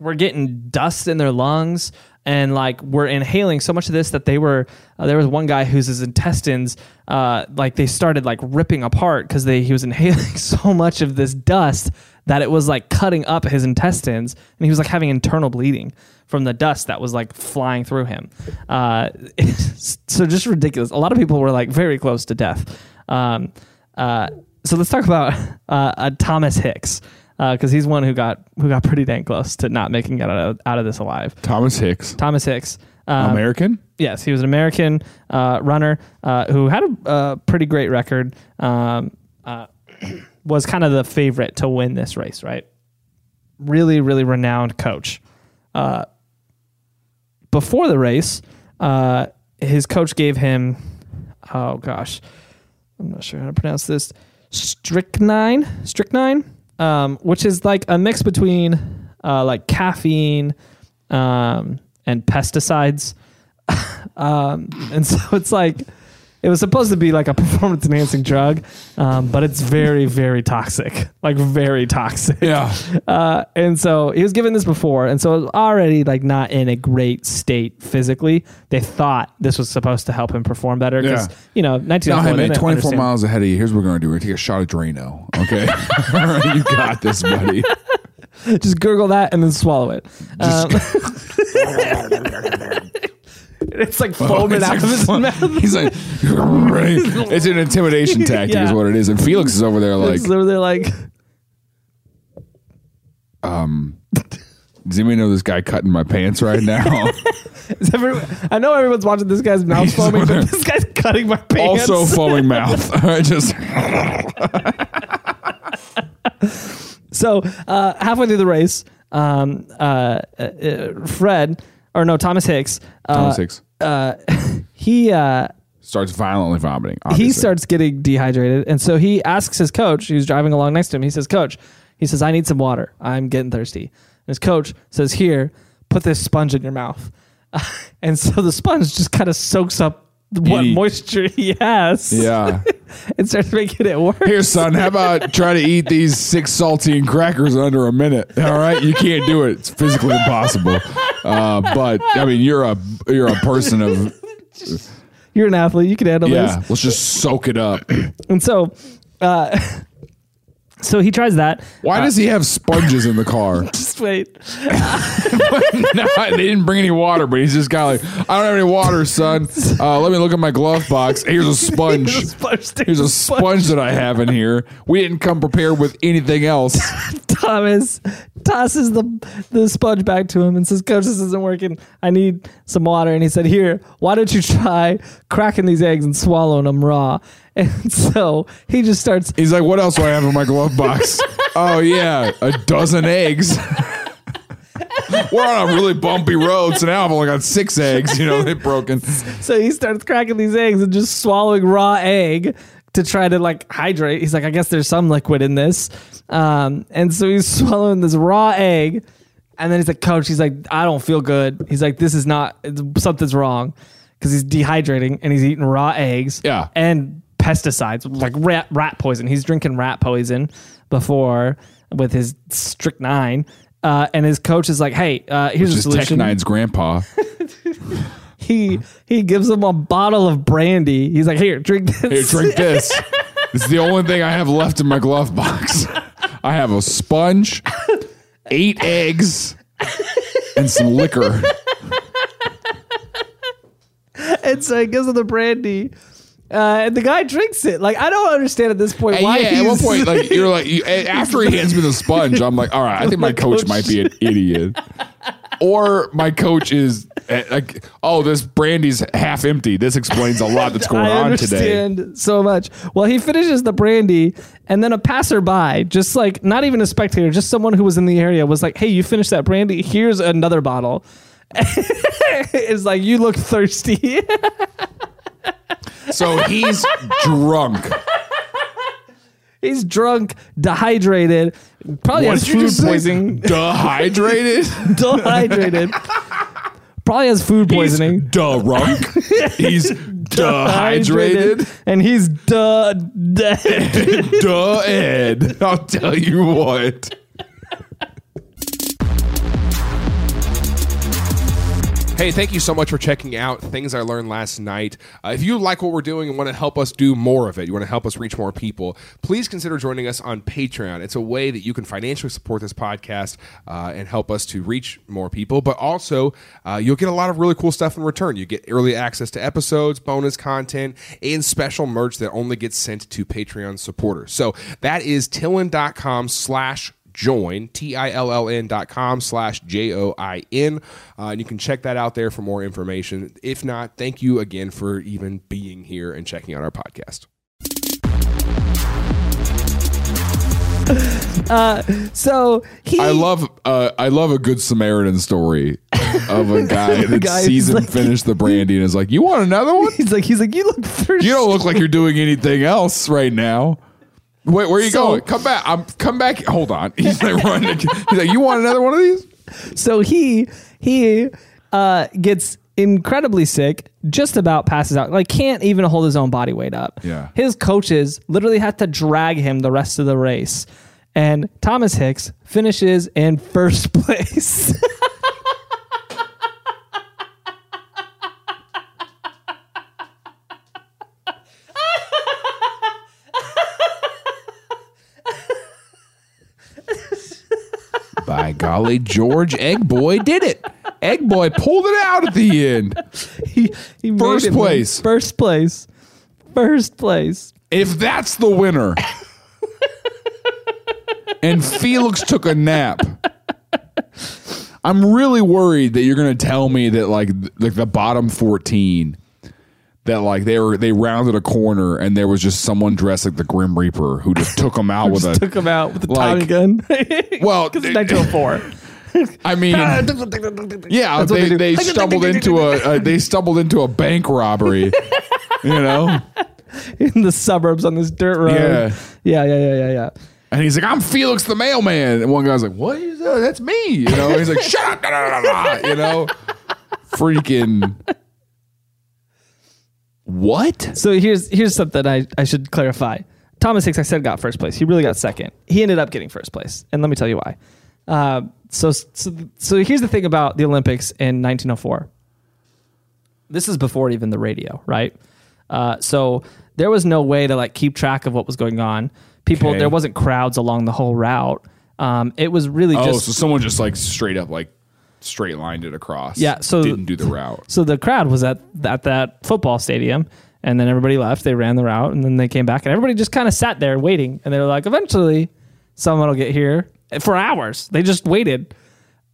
S2: were getting dust in their lungs and like were inhaling so much of this that they were uh, there was one guy whose his intestines uh, like they started like ripping apart because they he was <laughs> inhaling so much of this dust that it was like cutting up his intestines and he was like having internal bleeding from the dust that was like flying through him uh, <laughs> so just ridiculous a lot of people were like very close to death um, uh, so let's talk about <laughs> uh, uh, Thomas Hicks because he's one who got who got pretty dang close to not making it out of, out of this alive.
S3: Thomas Hicks,
S2: Thomas Hicks. Um,
S3: American.
S2: Yes, he was an American uh, runner uh, who had a, uh pretty great record. Um, uh, <clears throat> was kind of the favorite to win this race, right? Really, really renowned coach. Uh, before the race, uh, his coach gave him, oh gosh, I'm not sure how to pronounce this, strychnine, strychnine, um, which is like a mix between uh, like caffeine um, and pesticides. <laughs> Um, and so it's like it was supposed to be like a performance enhancing drug, um, but it's very, very toxic. Like very toxic.
S3: <laughs> Yeah.
S2: Uh, and so he was given this before, and so it was already like not in a great state physically. They thought this was supposed to help him perform better because
S3: Yeah.
S2: you know nineteen.
S3: Now, hey, man, 24 miles ahead of you. Here's what we're going to do. We're going to take a shot of Drano.
S2: <laughs>
S3: Okay. <laughs> you got this, buddy.
S2: Just gurgle that and then swallow it. Um, <laughs> it's like foaming
S3: It's
S2: out
S3: like
S2: of
S3: <laughs>
S2: his
S3: fun-
S2: mouth.
S3: He's like,
S2: <laughs>
S3: it's an intimidation tactic,
S2: Yeah.
S3: is what it is. And Felix is over there, like,
S2: so they're like,
S3: does anybody know this guy cutting my pants
S2: <laughs>
S3: right now?
S2: is every, I know everyone's watching this guy's mouth
S3: He's
S2: foaming,
S3: over- <laughs>
S2: but this guy's cutting my pants.
S3: <laughs> also,
S2: <laughs>
S3: foaming mouth. <laughs> Just
S2: So uh, halfway through the race, um, uh, uh, Fred or no Thomas Hicks, uh,
S3: Thomas Hicks
S2: he uh,
S3: starts violently vomiting.
S2: he
S3: obviously.
S2: starts getting dehydrated, and so he asks his coach, who's driving along next to him. He says, "Coach, he says I need some water. I'm getting thirsty." And his coach says, "Here, put this sponge in your mouth," <laughs> and so the sponge just kind of soaks up what
S3: Any-
S2: moisture <laughs> he has,
S3: Yeah.
S2: and starts making <laughs> it worse.
S3: Here, son, how about try to eat these six saltine crackers in under a minute? All right, you can't do it; it's physically impossible. Uh, but I mean, you're a you're a person of
S2: You're an athlete; you can handle this.
S3: yeah. Let's just soak it up.
S2: And so, uh, <laughs> so he tries that.
S3: Why does he have sponges in the car? <laughs>
S2: Just wait.
S3: no, they didn't bring any water, but he's just got like, I don't have any water, son. Uh, let me look at my glove box. Here's a sponge.
S2: Here's a sponge.
S3: Here's a sponge that I have in here. We didn't come prepared with anything else.
S2: Thomas tosses the the sponge back to him and says, "Coach, this isn't working. I need some water." And he said, "Here, why don't you try cracking these eggs and swallowing them raw?" <laughs> And so he just starts.
S3: He's like, what else do I have in my glove box? oh yeah, a dozen eggs. <laughs> We're on a really bumpy road, so now I've only got six eggs. You know, they've broken.
S2: So he starts cracking these eggs and just swallowing raw egg to try to like hydrate. He's like, "I guess there's some liquid in this," um, and so he's <laughs> swallowing this raw egg. And then he's like, Coach, he's like, I don't feel good. He's like, this is not, it's- something's wrong because he's dehydrating and he's eating raw eggs.
S3: Yeah.
S2: And pesticides, like rat, rat poison. He's drinking rat poison before with his strychnine. Uh, and his coach is like, hey, uh, here's a
S3: Just Tech
S2: solution.
S3: Nine's grandpa.
S2: He he gives him a bottle of brandy. He's like, here, drink this. <laughs>
S3: Here, drink this. this is the only thing I have left in my glove box. I have a sponge, eight eggs, and some liquor.
S2: and so he gives him the brandy. Uh, and the guy drinks it. Like I don't understand at this point
S3: And
S2: why.
S3: yeah, at one
S2: he's- <laughs>
S3: point, like you're like <laughs> you, a- after he hands me the sponge, I'm like, all right, I think my coach might be an idiot, or my coach is eh, like, oh, this brandy's half empty. This explains a lot <laughs> that's going
S2: I
S3: on today.
S2: understand so much. Well, he finishes the brandy, and then a passerby, just like not even a spectator, just someone who was in the area, was like, "Hey, you finished that brandy? Here's another bottle." <laughs> it's like you look thirsty. <laughs>
S3: So he's <laughs> drunk.
S2: He's drunk, dehydrated, probably
S3: What
S2: has
S3: did you
S2: food
S3: just say?
S2: poisoning,
S3: <laughs> Dehydrated.
S2: dehydrated. Probably has food poisoning.
S3: He's drunk. He's <laughs> dehydrated.
S2: and he's duh
S3: <laughs>
S2: dead.
S3: Duh, Ed. I'll tell you what.
S6: Hey, thank you so much for checking out Things I Learned Last Night. Uh, if you like what we're doing and want to help us do more of it, you want to help us reach more people, please consider joining us on Patreon. It's a way that you can financially support this podcast uh, and help us to reach more people, but also uh, you'll get a lot of really cool stuff in return. You get early access to episodes, bonus content, and special merch that only gets sent to Patreon supporters. So that is tillin.com slash join t-i-l-l-n dot com slash j-o-i-n uh, and you can check that out there for more information if not thank you again for even being here and checking out our podcast
S2: So he
S3: I love uh, I love a good Samaritan story of
S6: <laughs>
S3: a guy that
S2: guy is
S3: sees him
S2: like-
S3: finish the brandy and is like, "You want another one?
S2: he's like he's like you look thirsty.
S3: You don't look like you're doing anything else right now." Wait, where are you
S2: So-
S3: going? Come back! I'm come back. Hold on. <laughs> He's like running. He's like, "You want another one of these?"
S2: So he he uh, gets incredibly sick, just about passes out, like can't even hold his own body weight up.
S3: Yeah.
S2: His coaches literally had to drag him the rest of the race. And Thomas Hicks finishes in first <laughs> place.
S3: By golly, George Egg Boy did it. Egg Boy pulled it out at the end.
S2: he, he made
S3: First
S2: it in
S3: place.
S2: First place. First place.
S3: If that's the winner, and Felix took a nap, I'm really worried that you're going to tell me that like th- like the bottom 14 that like they were they rounded a corner and there was just someone dressed like the Grim Reaper who just took them out with a
S2: <laughs> Took him out with the Tommy
S3: like- <laughs>
S2: gun.
S3: well.
S2: Because it's 1904.
S3: I mean,
S2: <laughs>
S3: yeah,
S2: what
S3: they,
S2: they do.
S3: they stumbled into a uh, they stumbled into a bank robbery, you know.
S2: <laughs> in the suburbs on this dirt road.
S3: Yeah.
S2: Yeah, yeah, yeah, yeah, yeah.
S3: And he's like, I'm Felix the mailman. And one guy's like, What is that? That's me. You know, he's like, Shut up. da, da, da, da," You know, freaking. What?
S2: So here's here's something I, I should clarify. Thomas Hicks, I said, got first place. He really got second. He ended up getting first place, and let me tell you why. Uh, so so so here's the thing about the Olympics in 1904. This is before even the radio, right? Uh, so there was no way to like keep track of what was going on. People,
S3: Okay.
S2: there wasn't crowds along the whole route. Um, it was really
S3: Oh,
S2: just
S3: so someone just like straight up, like straight lined it across.
S2: Yeah, so-
S3: didn't do the route.
S2: So the crowd was at at that football stadium, and then everybody left. They ran the route, and then they came back, and everybody just kind of sat there waiting. And they were like, eventually, someone will get here. And For hours, they just waited,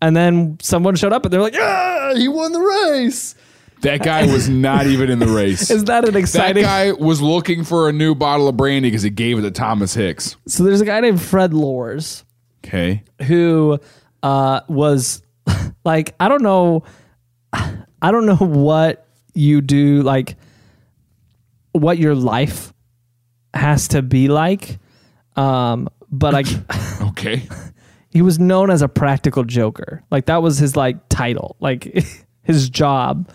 S2: and then someone showed up, and they're like, "Ah, "Yeah, he won the race."
S3: That guy was not even in
S2: <laughs>
S3: the race.
S2: Is that an
S3: that
S2: exciting?
S3: guy was looking for a new bottle of brandy because he gave it to Thomas Hicks.
S2: <laughs> so there's a guy named Fred Lors
S3: Okay.
S2: who uh, was <laughs> like, I don't know, <sighs> I don't know what you do, like what your life has to be like. Um, but
S3: <laughs>
S2: like, <laughs>
S3: Okay.
S2: he was known as a practical joker. Like that was his like title. Like <laughs> his job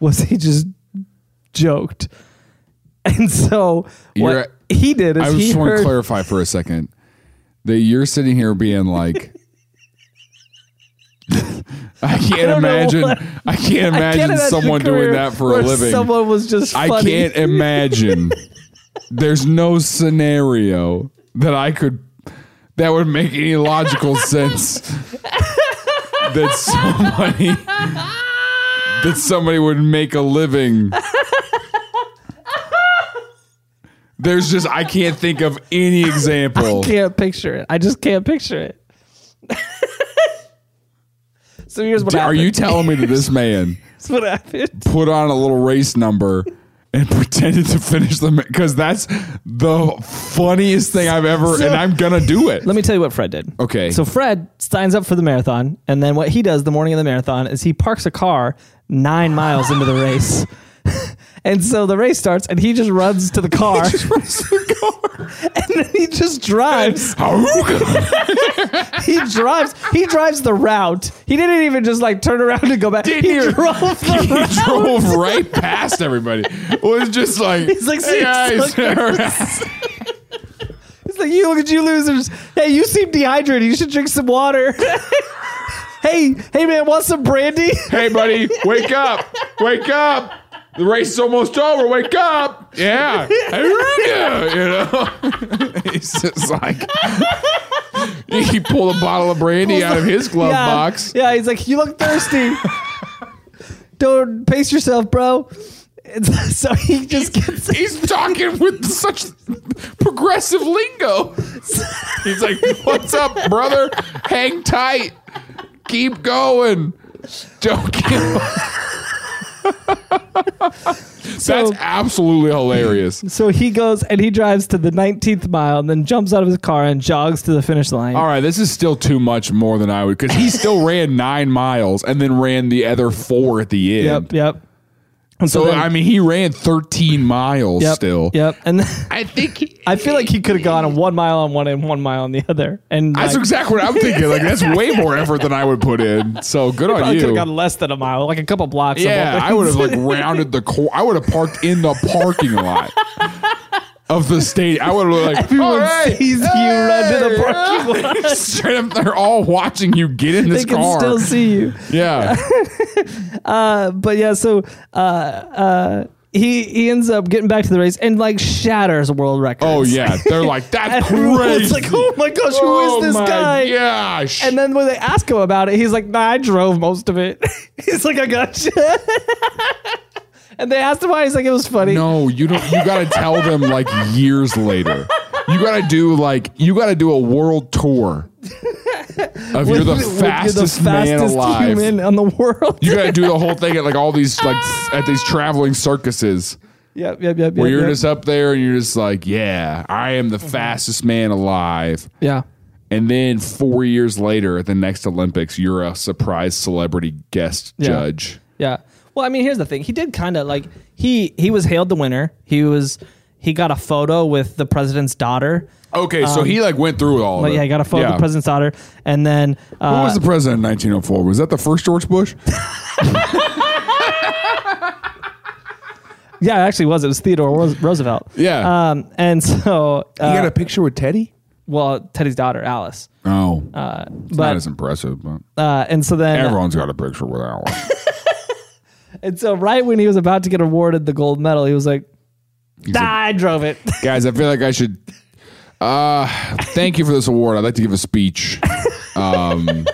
S2: was he just joked, <laughs> and so what
S3: You're-
S2: he did is
S3: I
S2: he
S3: just want to
S2: heard.
S3: clarify for a second that you're sitting here being like, <laughs> I can't
S2: don't know
S3: imagine.
S2: what-
S3: I
S2: <laughs>
S3: can't
S2: I can't
S3: imagine
S2: imagine a
S3: someone doing
S2: career
S3: that for
S2: where
S3: a living.
S2: Someone was just.
S3: I
S2: Funny. <laughs>
S3: can't imagine. There's no scenario that I could that would make any
S2: <laughs>
S3: logical sense that somebody that somebody would make a living
S6: There's just I can't think of any example.
S2: can't picture it. I just can't picture it. <laughs> so here's what
S6: Are
S2: happened. <laughs>
S6: you telling me that this man
S2: Here's what happened.
S6: put on a little race number and <laughs> pretended to finish them because that's the funniest thing I've ever, and I'm gonna do it.
S2: Let me tell you what Fred did.
S6: Okay.
S2: So Fred signs up for the marathon, and then what he does the morning of the marathon is he parks a car nine miles into the race. <laughs> And so the race starts, and he just runs <laughs> to the car. <laughs> and then he just drives. <laughs> He drives. He drives the route. He didn't even just like turn around and go back. <laughs>
S6: Didn't
S2: he
S6: even-
S2: drove the
S6: he
S2: route.
S6: drove right past everybody. It was just like
S2: <laughs> He's like, "See you,
S6: <laughs> guys."
S2: It's like, you look at you losers. Hey, you seem dehydrated. You should drink some water. <laughs> hey, hey man, want some brandy?
S6: hey buddy, wake up, wake up. The race is almost over. Wake up! Yeah, you know. <laughs> He's just like <laughs> he pulled a bottle of brandy out of his <laughs> glove
S2: yeah.
S6: box.
S2: Yeah, he's like, you look thirsty. Don't pace yourself, bro. It's- <laughs> so he just gets
S6: He's talking with such progressive lingo. He's like, "What's up, brother? Hang tight. Keep going. Don't give
S2: <laughs>
S6: up." That's absolutely hilarious.
S2: so he goes and he drives to the 19th mile and then jumps out of his car and jogs to the finish line.
S6: All right, this is still too much more than I would because
S2: <laughs>
S6: he still ran nine miles and then ran the other four at the
S2: Yep,
S6: end.
S2: yep. And
S6: So
S2: then-
S6: I mean, he ran thirteen miles
S2: yep,
S6: still.
S2: Yep. And then, <laughs>
S6: I think he,
S2: I feel like he could have gone on one mile on one and one mile on the other. And
S6: that's
S2: like,
S6: exactly what I'm thinking.
S2: <laughs>
S6: Like that's way more effort than I would put in. So good on
S2: probably could
S6: you.
S2: have gone less than a mile, like a couple blocks. of
S6: Yeah,
S2: open.
S6: I would have like rounded the cor- I would have parked in the parking lot of the state. I would have like
S2: Everyone
S6: <laughs>
S2: <laughs>
S6: all right,
S2: sees you run to the
S6: hey,
S2: parking lot.
S6: Straight up, they're all watching you get in
S2: They
S6: <laughs> this
S2: can
S6: car.
S2: still see you.
S6: <laughs> yeah,
S2: But yeah, so uh, uh, he he ends up getting back to the race and like shatters world records.
S6: oh
S2: <laughs>
S6: yeah, they're like that's crazy.
S2: Everyone's like, oh my gosh, who
S6: Oh,
S2: is this
S6: my
S2: guy?
S6: Gosh.
S2: And then when they ask him about it, he's like, nah, I drove most of it. <laughs> he's like, I gotcha. <laughs> and they asked him why. He's like, it was funny.
S6: No, you don't. You got to tell them like years later. You got to do like you got to do a world tour of
S2: <laughs>
S6: you're the
S2: When
S6: fastest man alive.
S2: human on the world.
S6: You got to do the whole thing at like all these like f- at these traveling circuses
S2: <laughs> yep, yep, yep.
S6: where
S2: yep,
S6: you're
S2: yep.
S6: just up there and you're just like, yeah, I am the fastest man alive.
S2: yeah.
S6: And then four years later at the next Olympics, you're a surprise celebrity guest
S2: Yeah.
S6: judge.
S2: Yeah. Well, I mean, here's the thing. He did kind of like he he was hailed the winner. He was he got a photo with the president's daughter.
S6: Okay, so he like went through all.
S2: Um, But yeah, he got a photo with the president's daughter, and then
S6: Who
S2: uh,
S6: was the president in 1904? Was that the first George
S2: <laughs>
S6: Bush?
S2: yeah, it actually was it was Theodore Ros- Roosevelt.
S6: Yeah.
S2: Um, and <laughs> so uh,
S6: got a picture with Teddy.
S2: well, Teddy's daughter Alice.
S6: Oh, not
S2: Uh, But
S6: as impressive, but
S2: uh, and so then
S6: everyone's got a picture with Alice.
S2: <laughs> and so right when he was about to get awarded the gold medal, he was like, "Nah, I drove it. <laughs>
S6: Guys, I feel like I should. Uh, thank you for this award. I'd like to give a speech. Um,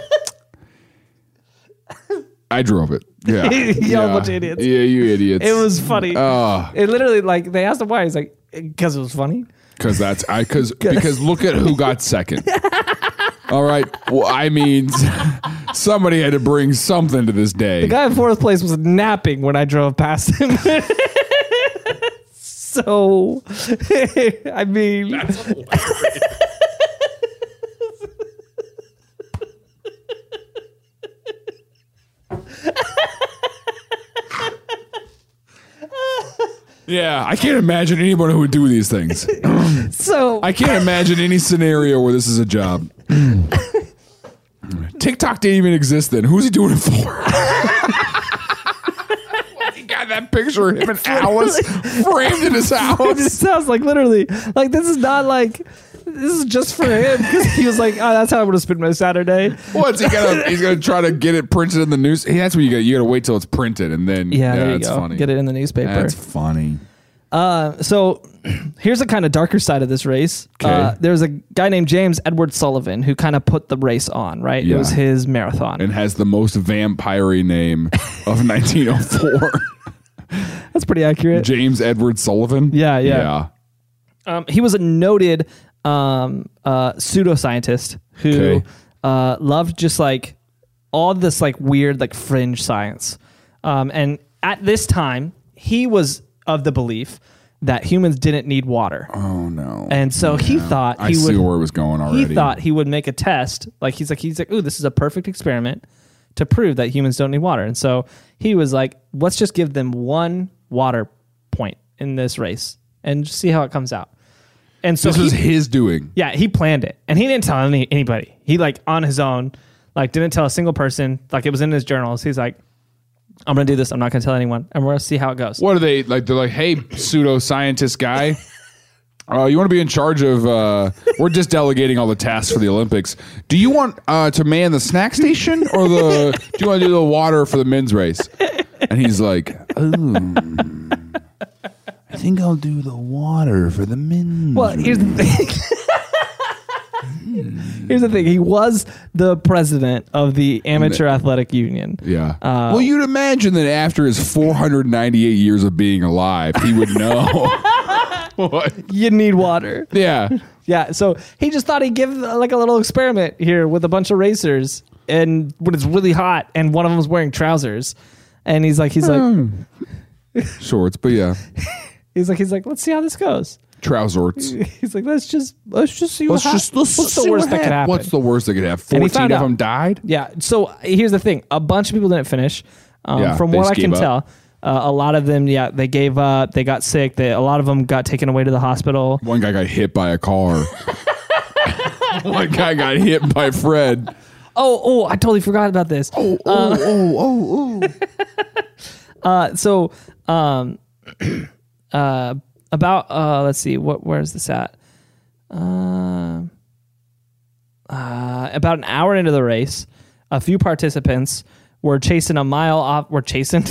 S6: I drove it. Yeah,
S2: <laughs> Y'all
S6: yeah.
S2: bunch of idiots.
S6: Yeah, you idiots.
S2: it was funny.
S6: Uh.
S2: it literally like they asked him why. He's like, because it was funny.
S6: because that's
S2: <laughs>
S6: I because because look at who got second. All right, well, I mean, <laughs> somebody had to bring something to this day.
S2: The guy in fourth place was napping when I drove past him. <laughs> so, <laughs> I mean,
S6: yeah, I can't imagine anyone who would do these things.
S2: so <laughs>
S6: I can't imagine any scenario where this is a <clears throat> job. TikTok didn't even exist then. Who's he doing it for? <laughs> he got that picture of him and <laughs> Alice framed in his
S2: it
S6: house.
S2: sounds like literally like this is not like this is just for him because he was like, oh, that's how I'm gonna spend my Saturday.
S6: What's he gonna? He's gonna try to get it printed in the news. Hey, that's what you got. You gotta wait till it's printed and then
S2: Yeah, there you
S6: that's
S2: go.
S6: funny.
S2: Get it in the newspaper.
S6: That's funny.
S2: so <clears throat> here's a kind of darker side of this race.
S6: Okay.
S2: Uh, there's a guy named James Edward Sullivan who kind of put the race on, right?
S6: Yeah.
S2: It was his marathon.
S6: And has the most vampire name of <laughs> 1904.
S2: <laughs> that's pretty accurate.
S6: James Edward Sullivan.
S2: Yeah, yeah. Um, he was a noted um, uh, pseudoscientist who
S6: Okay.
S2: uh, loved just like all this like weird like fringe science. Um, and at this time, he was of the belief that humans didn't need water,
S6: Oh no.
S2: and so he thought
S6: I
S2: he
S6: see
S2: would.
S6: where it was going already.
S2: He thought he would make a test. Like he's like he's like, ooh, this is a perfect experiment to prove that humans don't need water. And so he was like, let's just give them one water point in this race and just see how it comes out. And so
S6: this
S2: he,
S6: was his doing.
S2: yeah, he planned it, and he didn't tell any, anybody. He like on his own, like didn't tell a single person. Like it was in his journals. He's like, I'm gonna do this. I'm not gonna tell anyone, and we're gonna see how it goes.
S6: What are they like? They're like, hey, pseudoscientist guy. Uh, you want to be in charge of? Uh, we're just delegating all the tasks for the Olympics. Do you want uh, to man the snack station or the? do you want to do the water for the men's race? And he's like, oh, I think I'll do the water for the men's.
S2: Well, here's the thing. here's the thing. He was the president of the Amateur Athletic Union.
S6: Yeah. well, you'd imagine that after his 498 years of being alive, he would know. <laughs> What?
S2: You need water.
S6: Yeah.
S2: Yeah. So he just thought he'd give uh, like a little experiment here with a bunch of racers, and when it's really hot, and one of them was wearing trousers, and he's like, he's like,
S6: Hmm. Shorts, but yeah.
S2: he's like, he's like, let's see how this goes. <laughs>
S6: Trousers.
S2: He's like, let's just let's just see
S6: Let's
S2: what
S6: just
S2: hap-
S6: let's
S2: what's
S6: see
S2: the worst
S6: what
S2: that could
S6: hap-
S2: happen.
S6: What's the worst that could happen?
S2: And he
S6: Fourteen
S2: found
S6: of
S2: out.
S6: them died.
S2: Yeah. So uh, here's the thing: a bunch of people didn't finish. Um,
S6: Yeah,
S2: from
S6: they
S2: what
S6: just
S2: I can
S6: gave
S2: tell,
S6: up.
S2: uh, a lot of them, yeah, they gave up. They got sick. They, a lot of them got taken away to the hospital.
S6: One guy got hit by
S2: <laughs>
S6: a car. One guy got hit by Fred.
S2: Oh, oh, I totally forgot about this.
S6: Oh, oh, oh, oh, oh.
S2: Uh, so, um, <clears throat> uh, about uh, let's see, what where is this at? Um, uh, about an hour into the race, a few participants were chasing a mile off. Were chasing.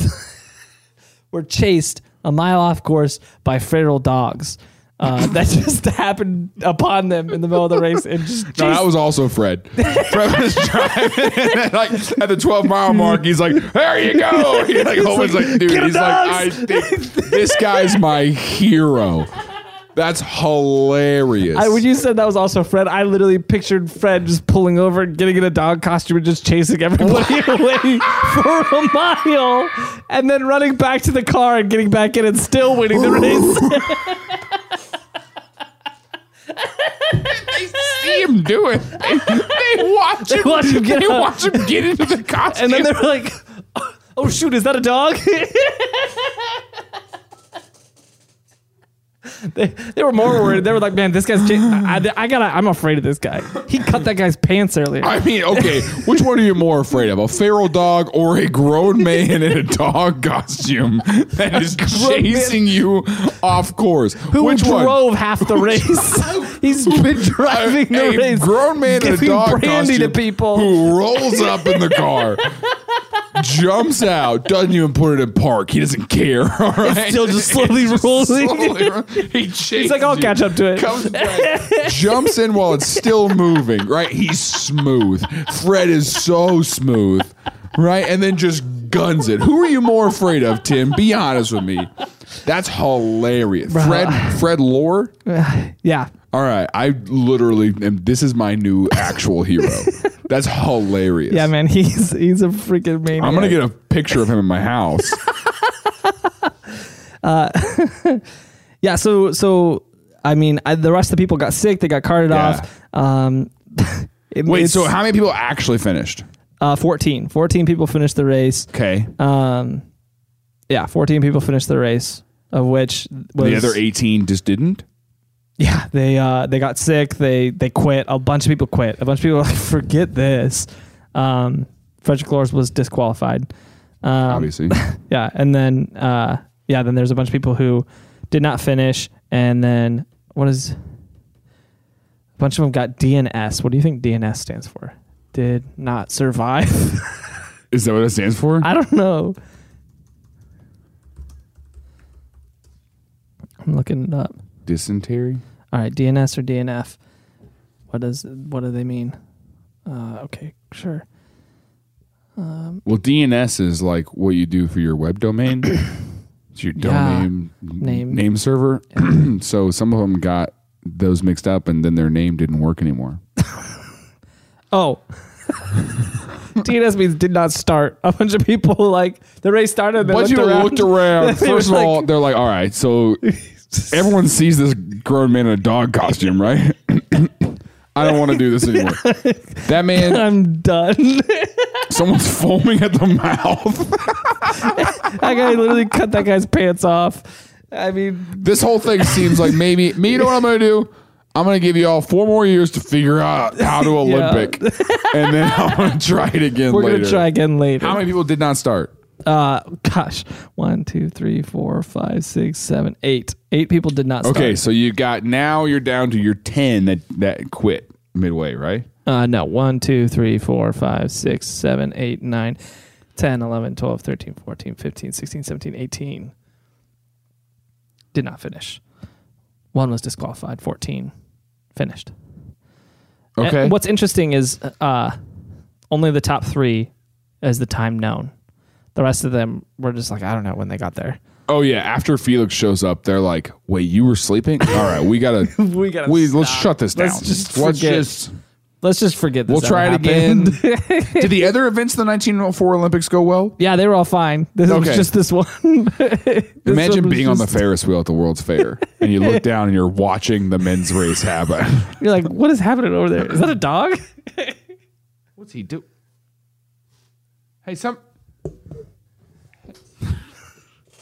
S2: <laughs> were chased a mile off course by feral dogs. Uh, <laughs> that just happened upon them in the middle of the race and just
S6: No, that
S2: chased-
S6: was also
S2: <laughs>
S6: Fred. Fred was driving, and like at the twelve mile mark, he's like, "There you go." <laughs> He's like, Homer's like, "Dude,"
S2: "Get him,
S6: he's like, "I
S2: dogs."
S6: think this guy's my hero." That's hilarious.
S2: I, when you said that was also Fred, I literally pictured Fred just pulling over, getting in a dog costume, and just chasing everybody away for a mile, and then running back to the car and getting back in and still winning the race.
S6: see him do it. They, they watch him.
S2: watch him get
S6: they
S2: up.
S6: watch him get into the costume.
S2: and then they're like, "Oh shoot, is that a dog?" <laughs> They, they were more worried. They were like, "Man, this guy's. Ch- I, I- I gotta. I'm afraid of this guy. He cut that guy's pants earlier.
S6: I mean, okay, which one are you more afraid of? A feral dog or a grown man in a dog costume that is
S2: man.
S6: chasing you off course?
S2: Who
S6: which
S2: drove
S6: one? <laughs>
S2: half the race? He's been driving the
S6: a
S2: race.
S6: grown man in a
S2: giving
S6: dog
S2: brandy
S6: costume
S2: to people.
S6: <laughs> who rolls up in the car, jumps out, doesn't even put it in park. He doesn't care. All right? <laughs>
S2: still just slowly rolling.
S6: slowly ro- he
S2: He's like, I'll catch up to it. <laughs>
S6: Comes back, jumps in while it's still moving. Right? He's smooth. Fred is so smooth. Right? And then just guns it. Who are you more afraid of, Tim? Be honest with me. That's hilarious. Fred Fred Lore?
S2: yeah.
S6: All right, I literally am. This is my new actual hero. That's hilarious.
S2: Yeah, man, <laughs> he's he's a freaking maniac.
S6: I'm gonna get a picture of him in my house.
S2: Yeah, so so I mean, I, the rest of the people got sick. They got carted
S6: Yeah.
S2: off. Um, <laughs> it-
S6: Wait,
S2: it's,
S6: so how many people actually finished?
S2: uh, 14. 14 people finished the race.
S6: Okay,
S2: Um, yeah, 14 people finished the race, of which was
S6: the other 18 just didn't.
S2: Yeah, they uh, they got sick. They they quit. A bunch of people quit. A bunch of people were like <laughs> forget this. Um, Frederick Lors was disqualified. Um,
S6: Obviously,
S2: yeah, and then uh, yeah, then there's a bunch of people who did not finish, and then what is a bunch of them got DNS. What do you think DNS stands for? Did not survive. <laughs>
S6: is that what it stands for?
S2: I don't know. I'm looking it up.
S6: Dysentery.
S2: All right, DNS or DNF. What does what do they mean? Uh, okay, sure.
S6: <clears throat> Well, DNS is like what you do for your web domain. It's your domain
S2: Yeah.
S6: name,
S2: Name.
S6: server. <clears throat> so some of them got those mixed up, and then their name didn't work anymore.
S2: Oh. <laughs> DNS means did not start. A bunch of people like the race started. They
S6: But
S2: looked
S6: you
S2: around. <laughs>
S6: looked around.
S2: They were
S6: First of
S2: like-
S6: all, they're like, all right, so
S2: <laughs>
S6: everyone sees this grown man in a dog costume, right? <clears throat> I don't want to do
S2: <laughs>
S6: this anymore. That man,
S2: I'm done. <laughs>
S6: someone's foaming at the mouth.
S2: that guy literally cut that guy's pants off. I mean,
S6: This whole thing seems like maybe, me, you know what I'm going to do? I'm going to give you all four more years to figure out how
S2: <laughs>
S6: to
S2: Yeah.
S6: Olympic. And then I'm going to try it again
S2: we're
S6: later.
S2: gonna try again later.
S6: How many people did not start?
S2: uh, gosh, one, two, three, four, five, six, seven, eight. Eight people did not.
S6: Okay,
S2: Start.
S6: so you got now you're down to your 10 that, that quit midway, right?
S2: Uh, no. One, two, three, four, five, six, seven, eight, nine, 10, 11, 12, 13, 14, 15, 16, 17, 18. Did not finish. One was disqualified. 14 finished. And
S6: Okay.
S2: what's interesting is uh, only the top three is the time known. The rest of them were just like, I don't know when they got there.
S6: Oh yeah, after Felix shows up, they're like, "Wait, you were <laughs> sleeping? All right, we gotta,
S2: We gotta
S6: we let's
S2: stop.
S6: shut this down.
S2: Let's just
S6: Let's
S2: forget
S6: just-
S2: Let's just forget this.
S6: we'll
S2: ever
S6: try it
S2: happened.
S6: again." <laughs> Did the other events of the 1904 Olympics go well?
S2: <laughs> yeah, they were all fine. This
S6: Okay.
S2: was just this one. <laughs> This one
S6: Imagine
S2: was
S6: being on the
S2: just-
S6: Ferris wheel at the World's Fair and you
S2: <laughs>
S6: look down and you're watching the men's race happen.
S2: You're like, what is happening over there? Is that a dog?
S3: What's he do? Hey, some.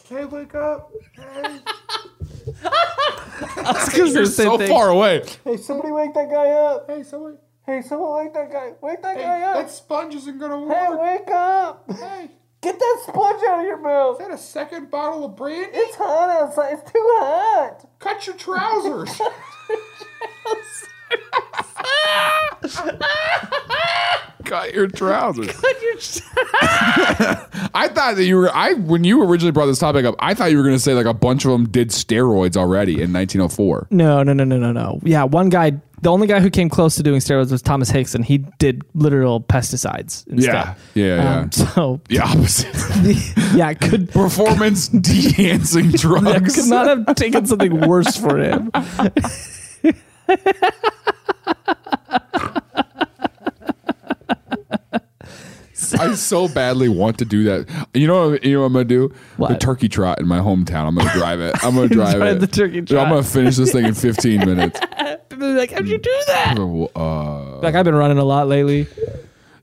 S3: Hey, wake up!
S2: Because they're
S3: So far away.
S7: Hey, somebody wake that guy up.
S3: Hey, someone.
S7: Hey, someone wake that guy. Wake that
S3: Hey,
S7: guy up.
S3: that sponge isn't gonna
S7: Hey,
S3: work.
S7: wake up.
S3: Hey,
S7: Get that sponge out of your mouth.
S3: is that a second bottle of brandy?
S7: It's hot outside. It's too hot.
S3: Cut your trousers.
S6: Cut your trousers.
S2: <laughs>
S6: Cut your. I thought that you were. I when you originally brought this topic up, I thought you were going to say like a bunch of them did steroids already in
S2: <laughs>
S6: 1904.
S2: No, no, no, no, no, no. Yeah, one guy, the only guy who came close to doing steroids was Thomas Hicks, and he did literal pesticides. Instead.
S6: yeah, yeah.
S2: Um, so <laughs>
S6: the opposite. <laughs>
S2: yeah, could <laughs>
S6: performance enhancing drugs.
S2: could not have taken
S6: <laughs>
S2: something worse for him.
S6: I so badly want to do that. You know, what- you know what I'm gonna do? The
S2: What?
S6: turkey trot in my hometown. I'm gonna drive it.
S2: <laughs>
S6: I'm gonna drive
S2: Drive
S6: it.
S2: the turkey
S6: Dude, I'm
S2: trot.
S6: gonna finish this thing
S2: <laughs>
S6: in 15 minutes.
S2: People are like, how'd you do that?
S6: Uh,
S2: Like I've been running a lot lately.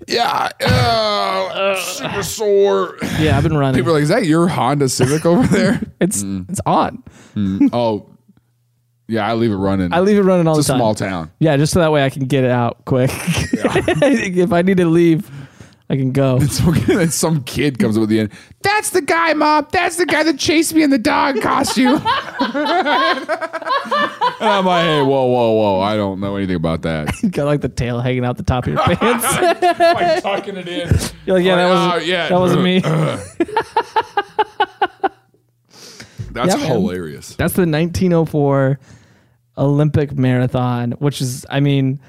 S6: yeah, uh, super sore.
S2: Yeah, I've been running.
S6: People are like, "Is that your Honda Civic
S2: <laughs>
S6: over there?"
S2: it's it's on.
S6: oh, yeah, I leave it running.
S2: I leave it running all
S6: It's
S2: the
S6: a
S2: time.
S6: small town.
S2: Yeah, just so that way I can get it out quick. <laughs> if I need to leave, I can go. <laughs>
S6: So then <laughs> some kid comes up at the end. That's the guy, mom. That's the guy that chased me in the dog costume. <laughs> and I'm like, hey, whoa, whoa, whoa! I don't know anything about that.
S2: You got like the tail hanging out the top of your pants.
S6: <laughs> like tucking it in.
S2: You're like, yeah, that
S6: Like,
S2: was
S6: oh, yeah.
S2: that wasn't me.
S6: <laughs> That's
S2: Yeah, man.
S6: hilarious.
S2: That's the 1904 Olympic marathon, which is, I mean,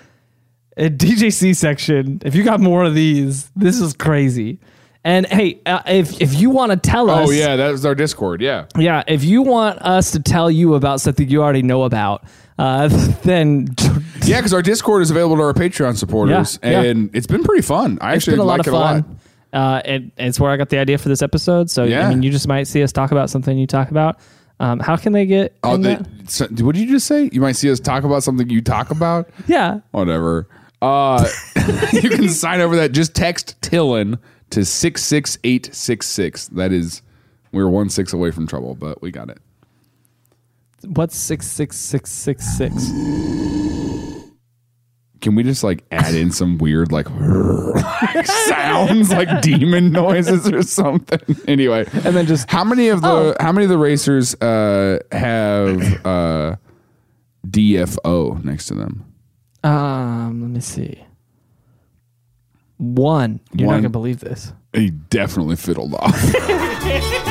S2: a DJC section. If you got more of these, this is crazy. And hey, uh, if if you want to tell us,
S6: Oh yeah, that was our Discord. Yeah,
S2: yeah, if you want us to tell you about something you already know about, uh, <laughs> then
S6: yeah, because our Discord is available to our Patreon supporters,
S2: Yeah, yeah.
S6: and it's been pretty fun. I actually like it a lot.
S2: Uh, and it's where I got the idea for this episode. So
S6: Yeah.
S2: I mean, you just might see us talk about something you talk about. Um, how can they get?
S6: Oh,
S2: in
S6: they,
S2: that?
S6: so, what did you just say? You might see us talk about something you talk about.
S2: yeah.
S6: whatever. Uh, <laughs> you can sign over that. Just text Tillin to 66866. That is, we're one six away from trouble, but we got it.
S2: What's six six six six six?
S6: Can we just like add in some weird like <laughs> sounds like demon noises or something? <laughs> Anyway,
S2: And then just
S6: how many of the how many of the racers uh, have uh, DFO next to them?
S2: Um, let me see. One. You're
S6: One.
S2: not gonna believe this.
S6: He definitely fiddled off.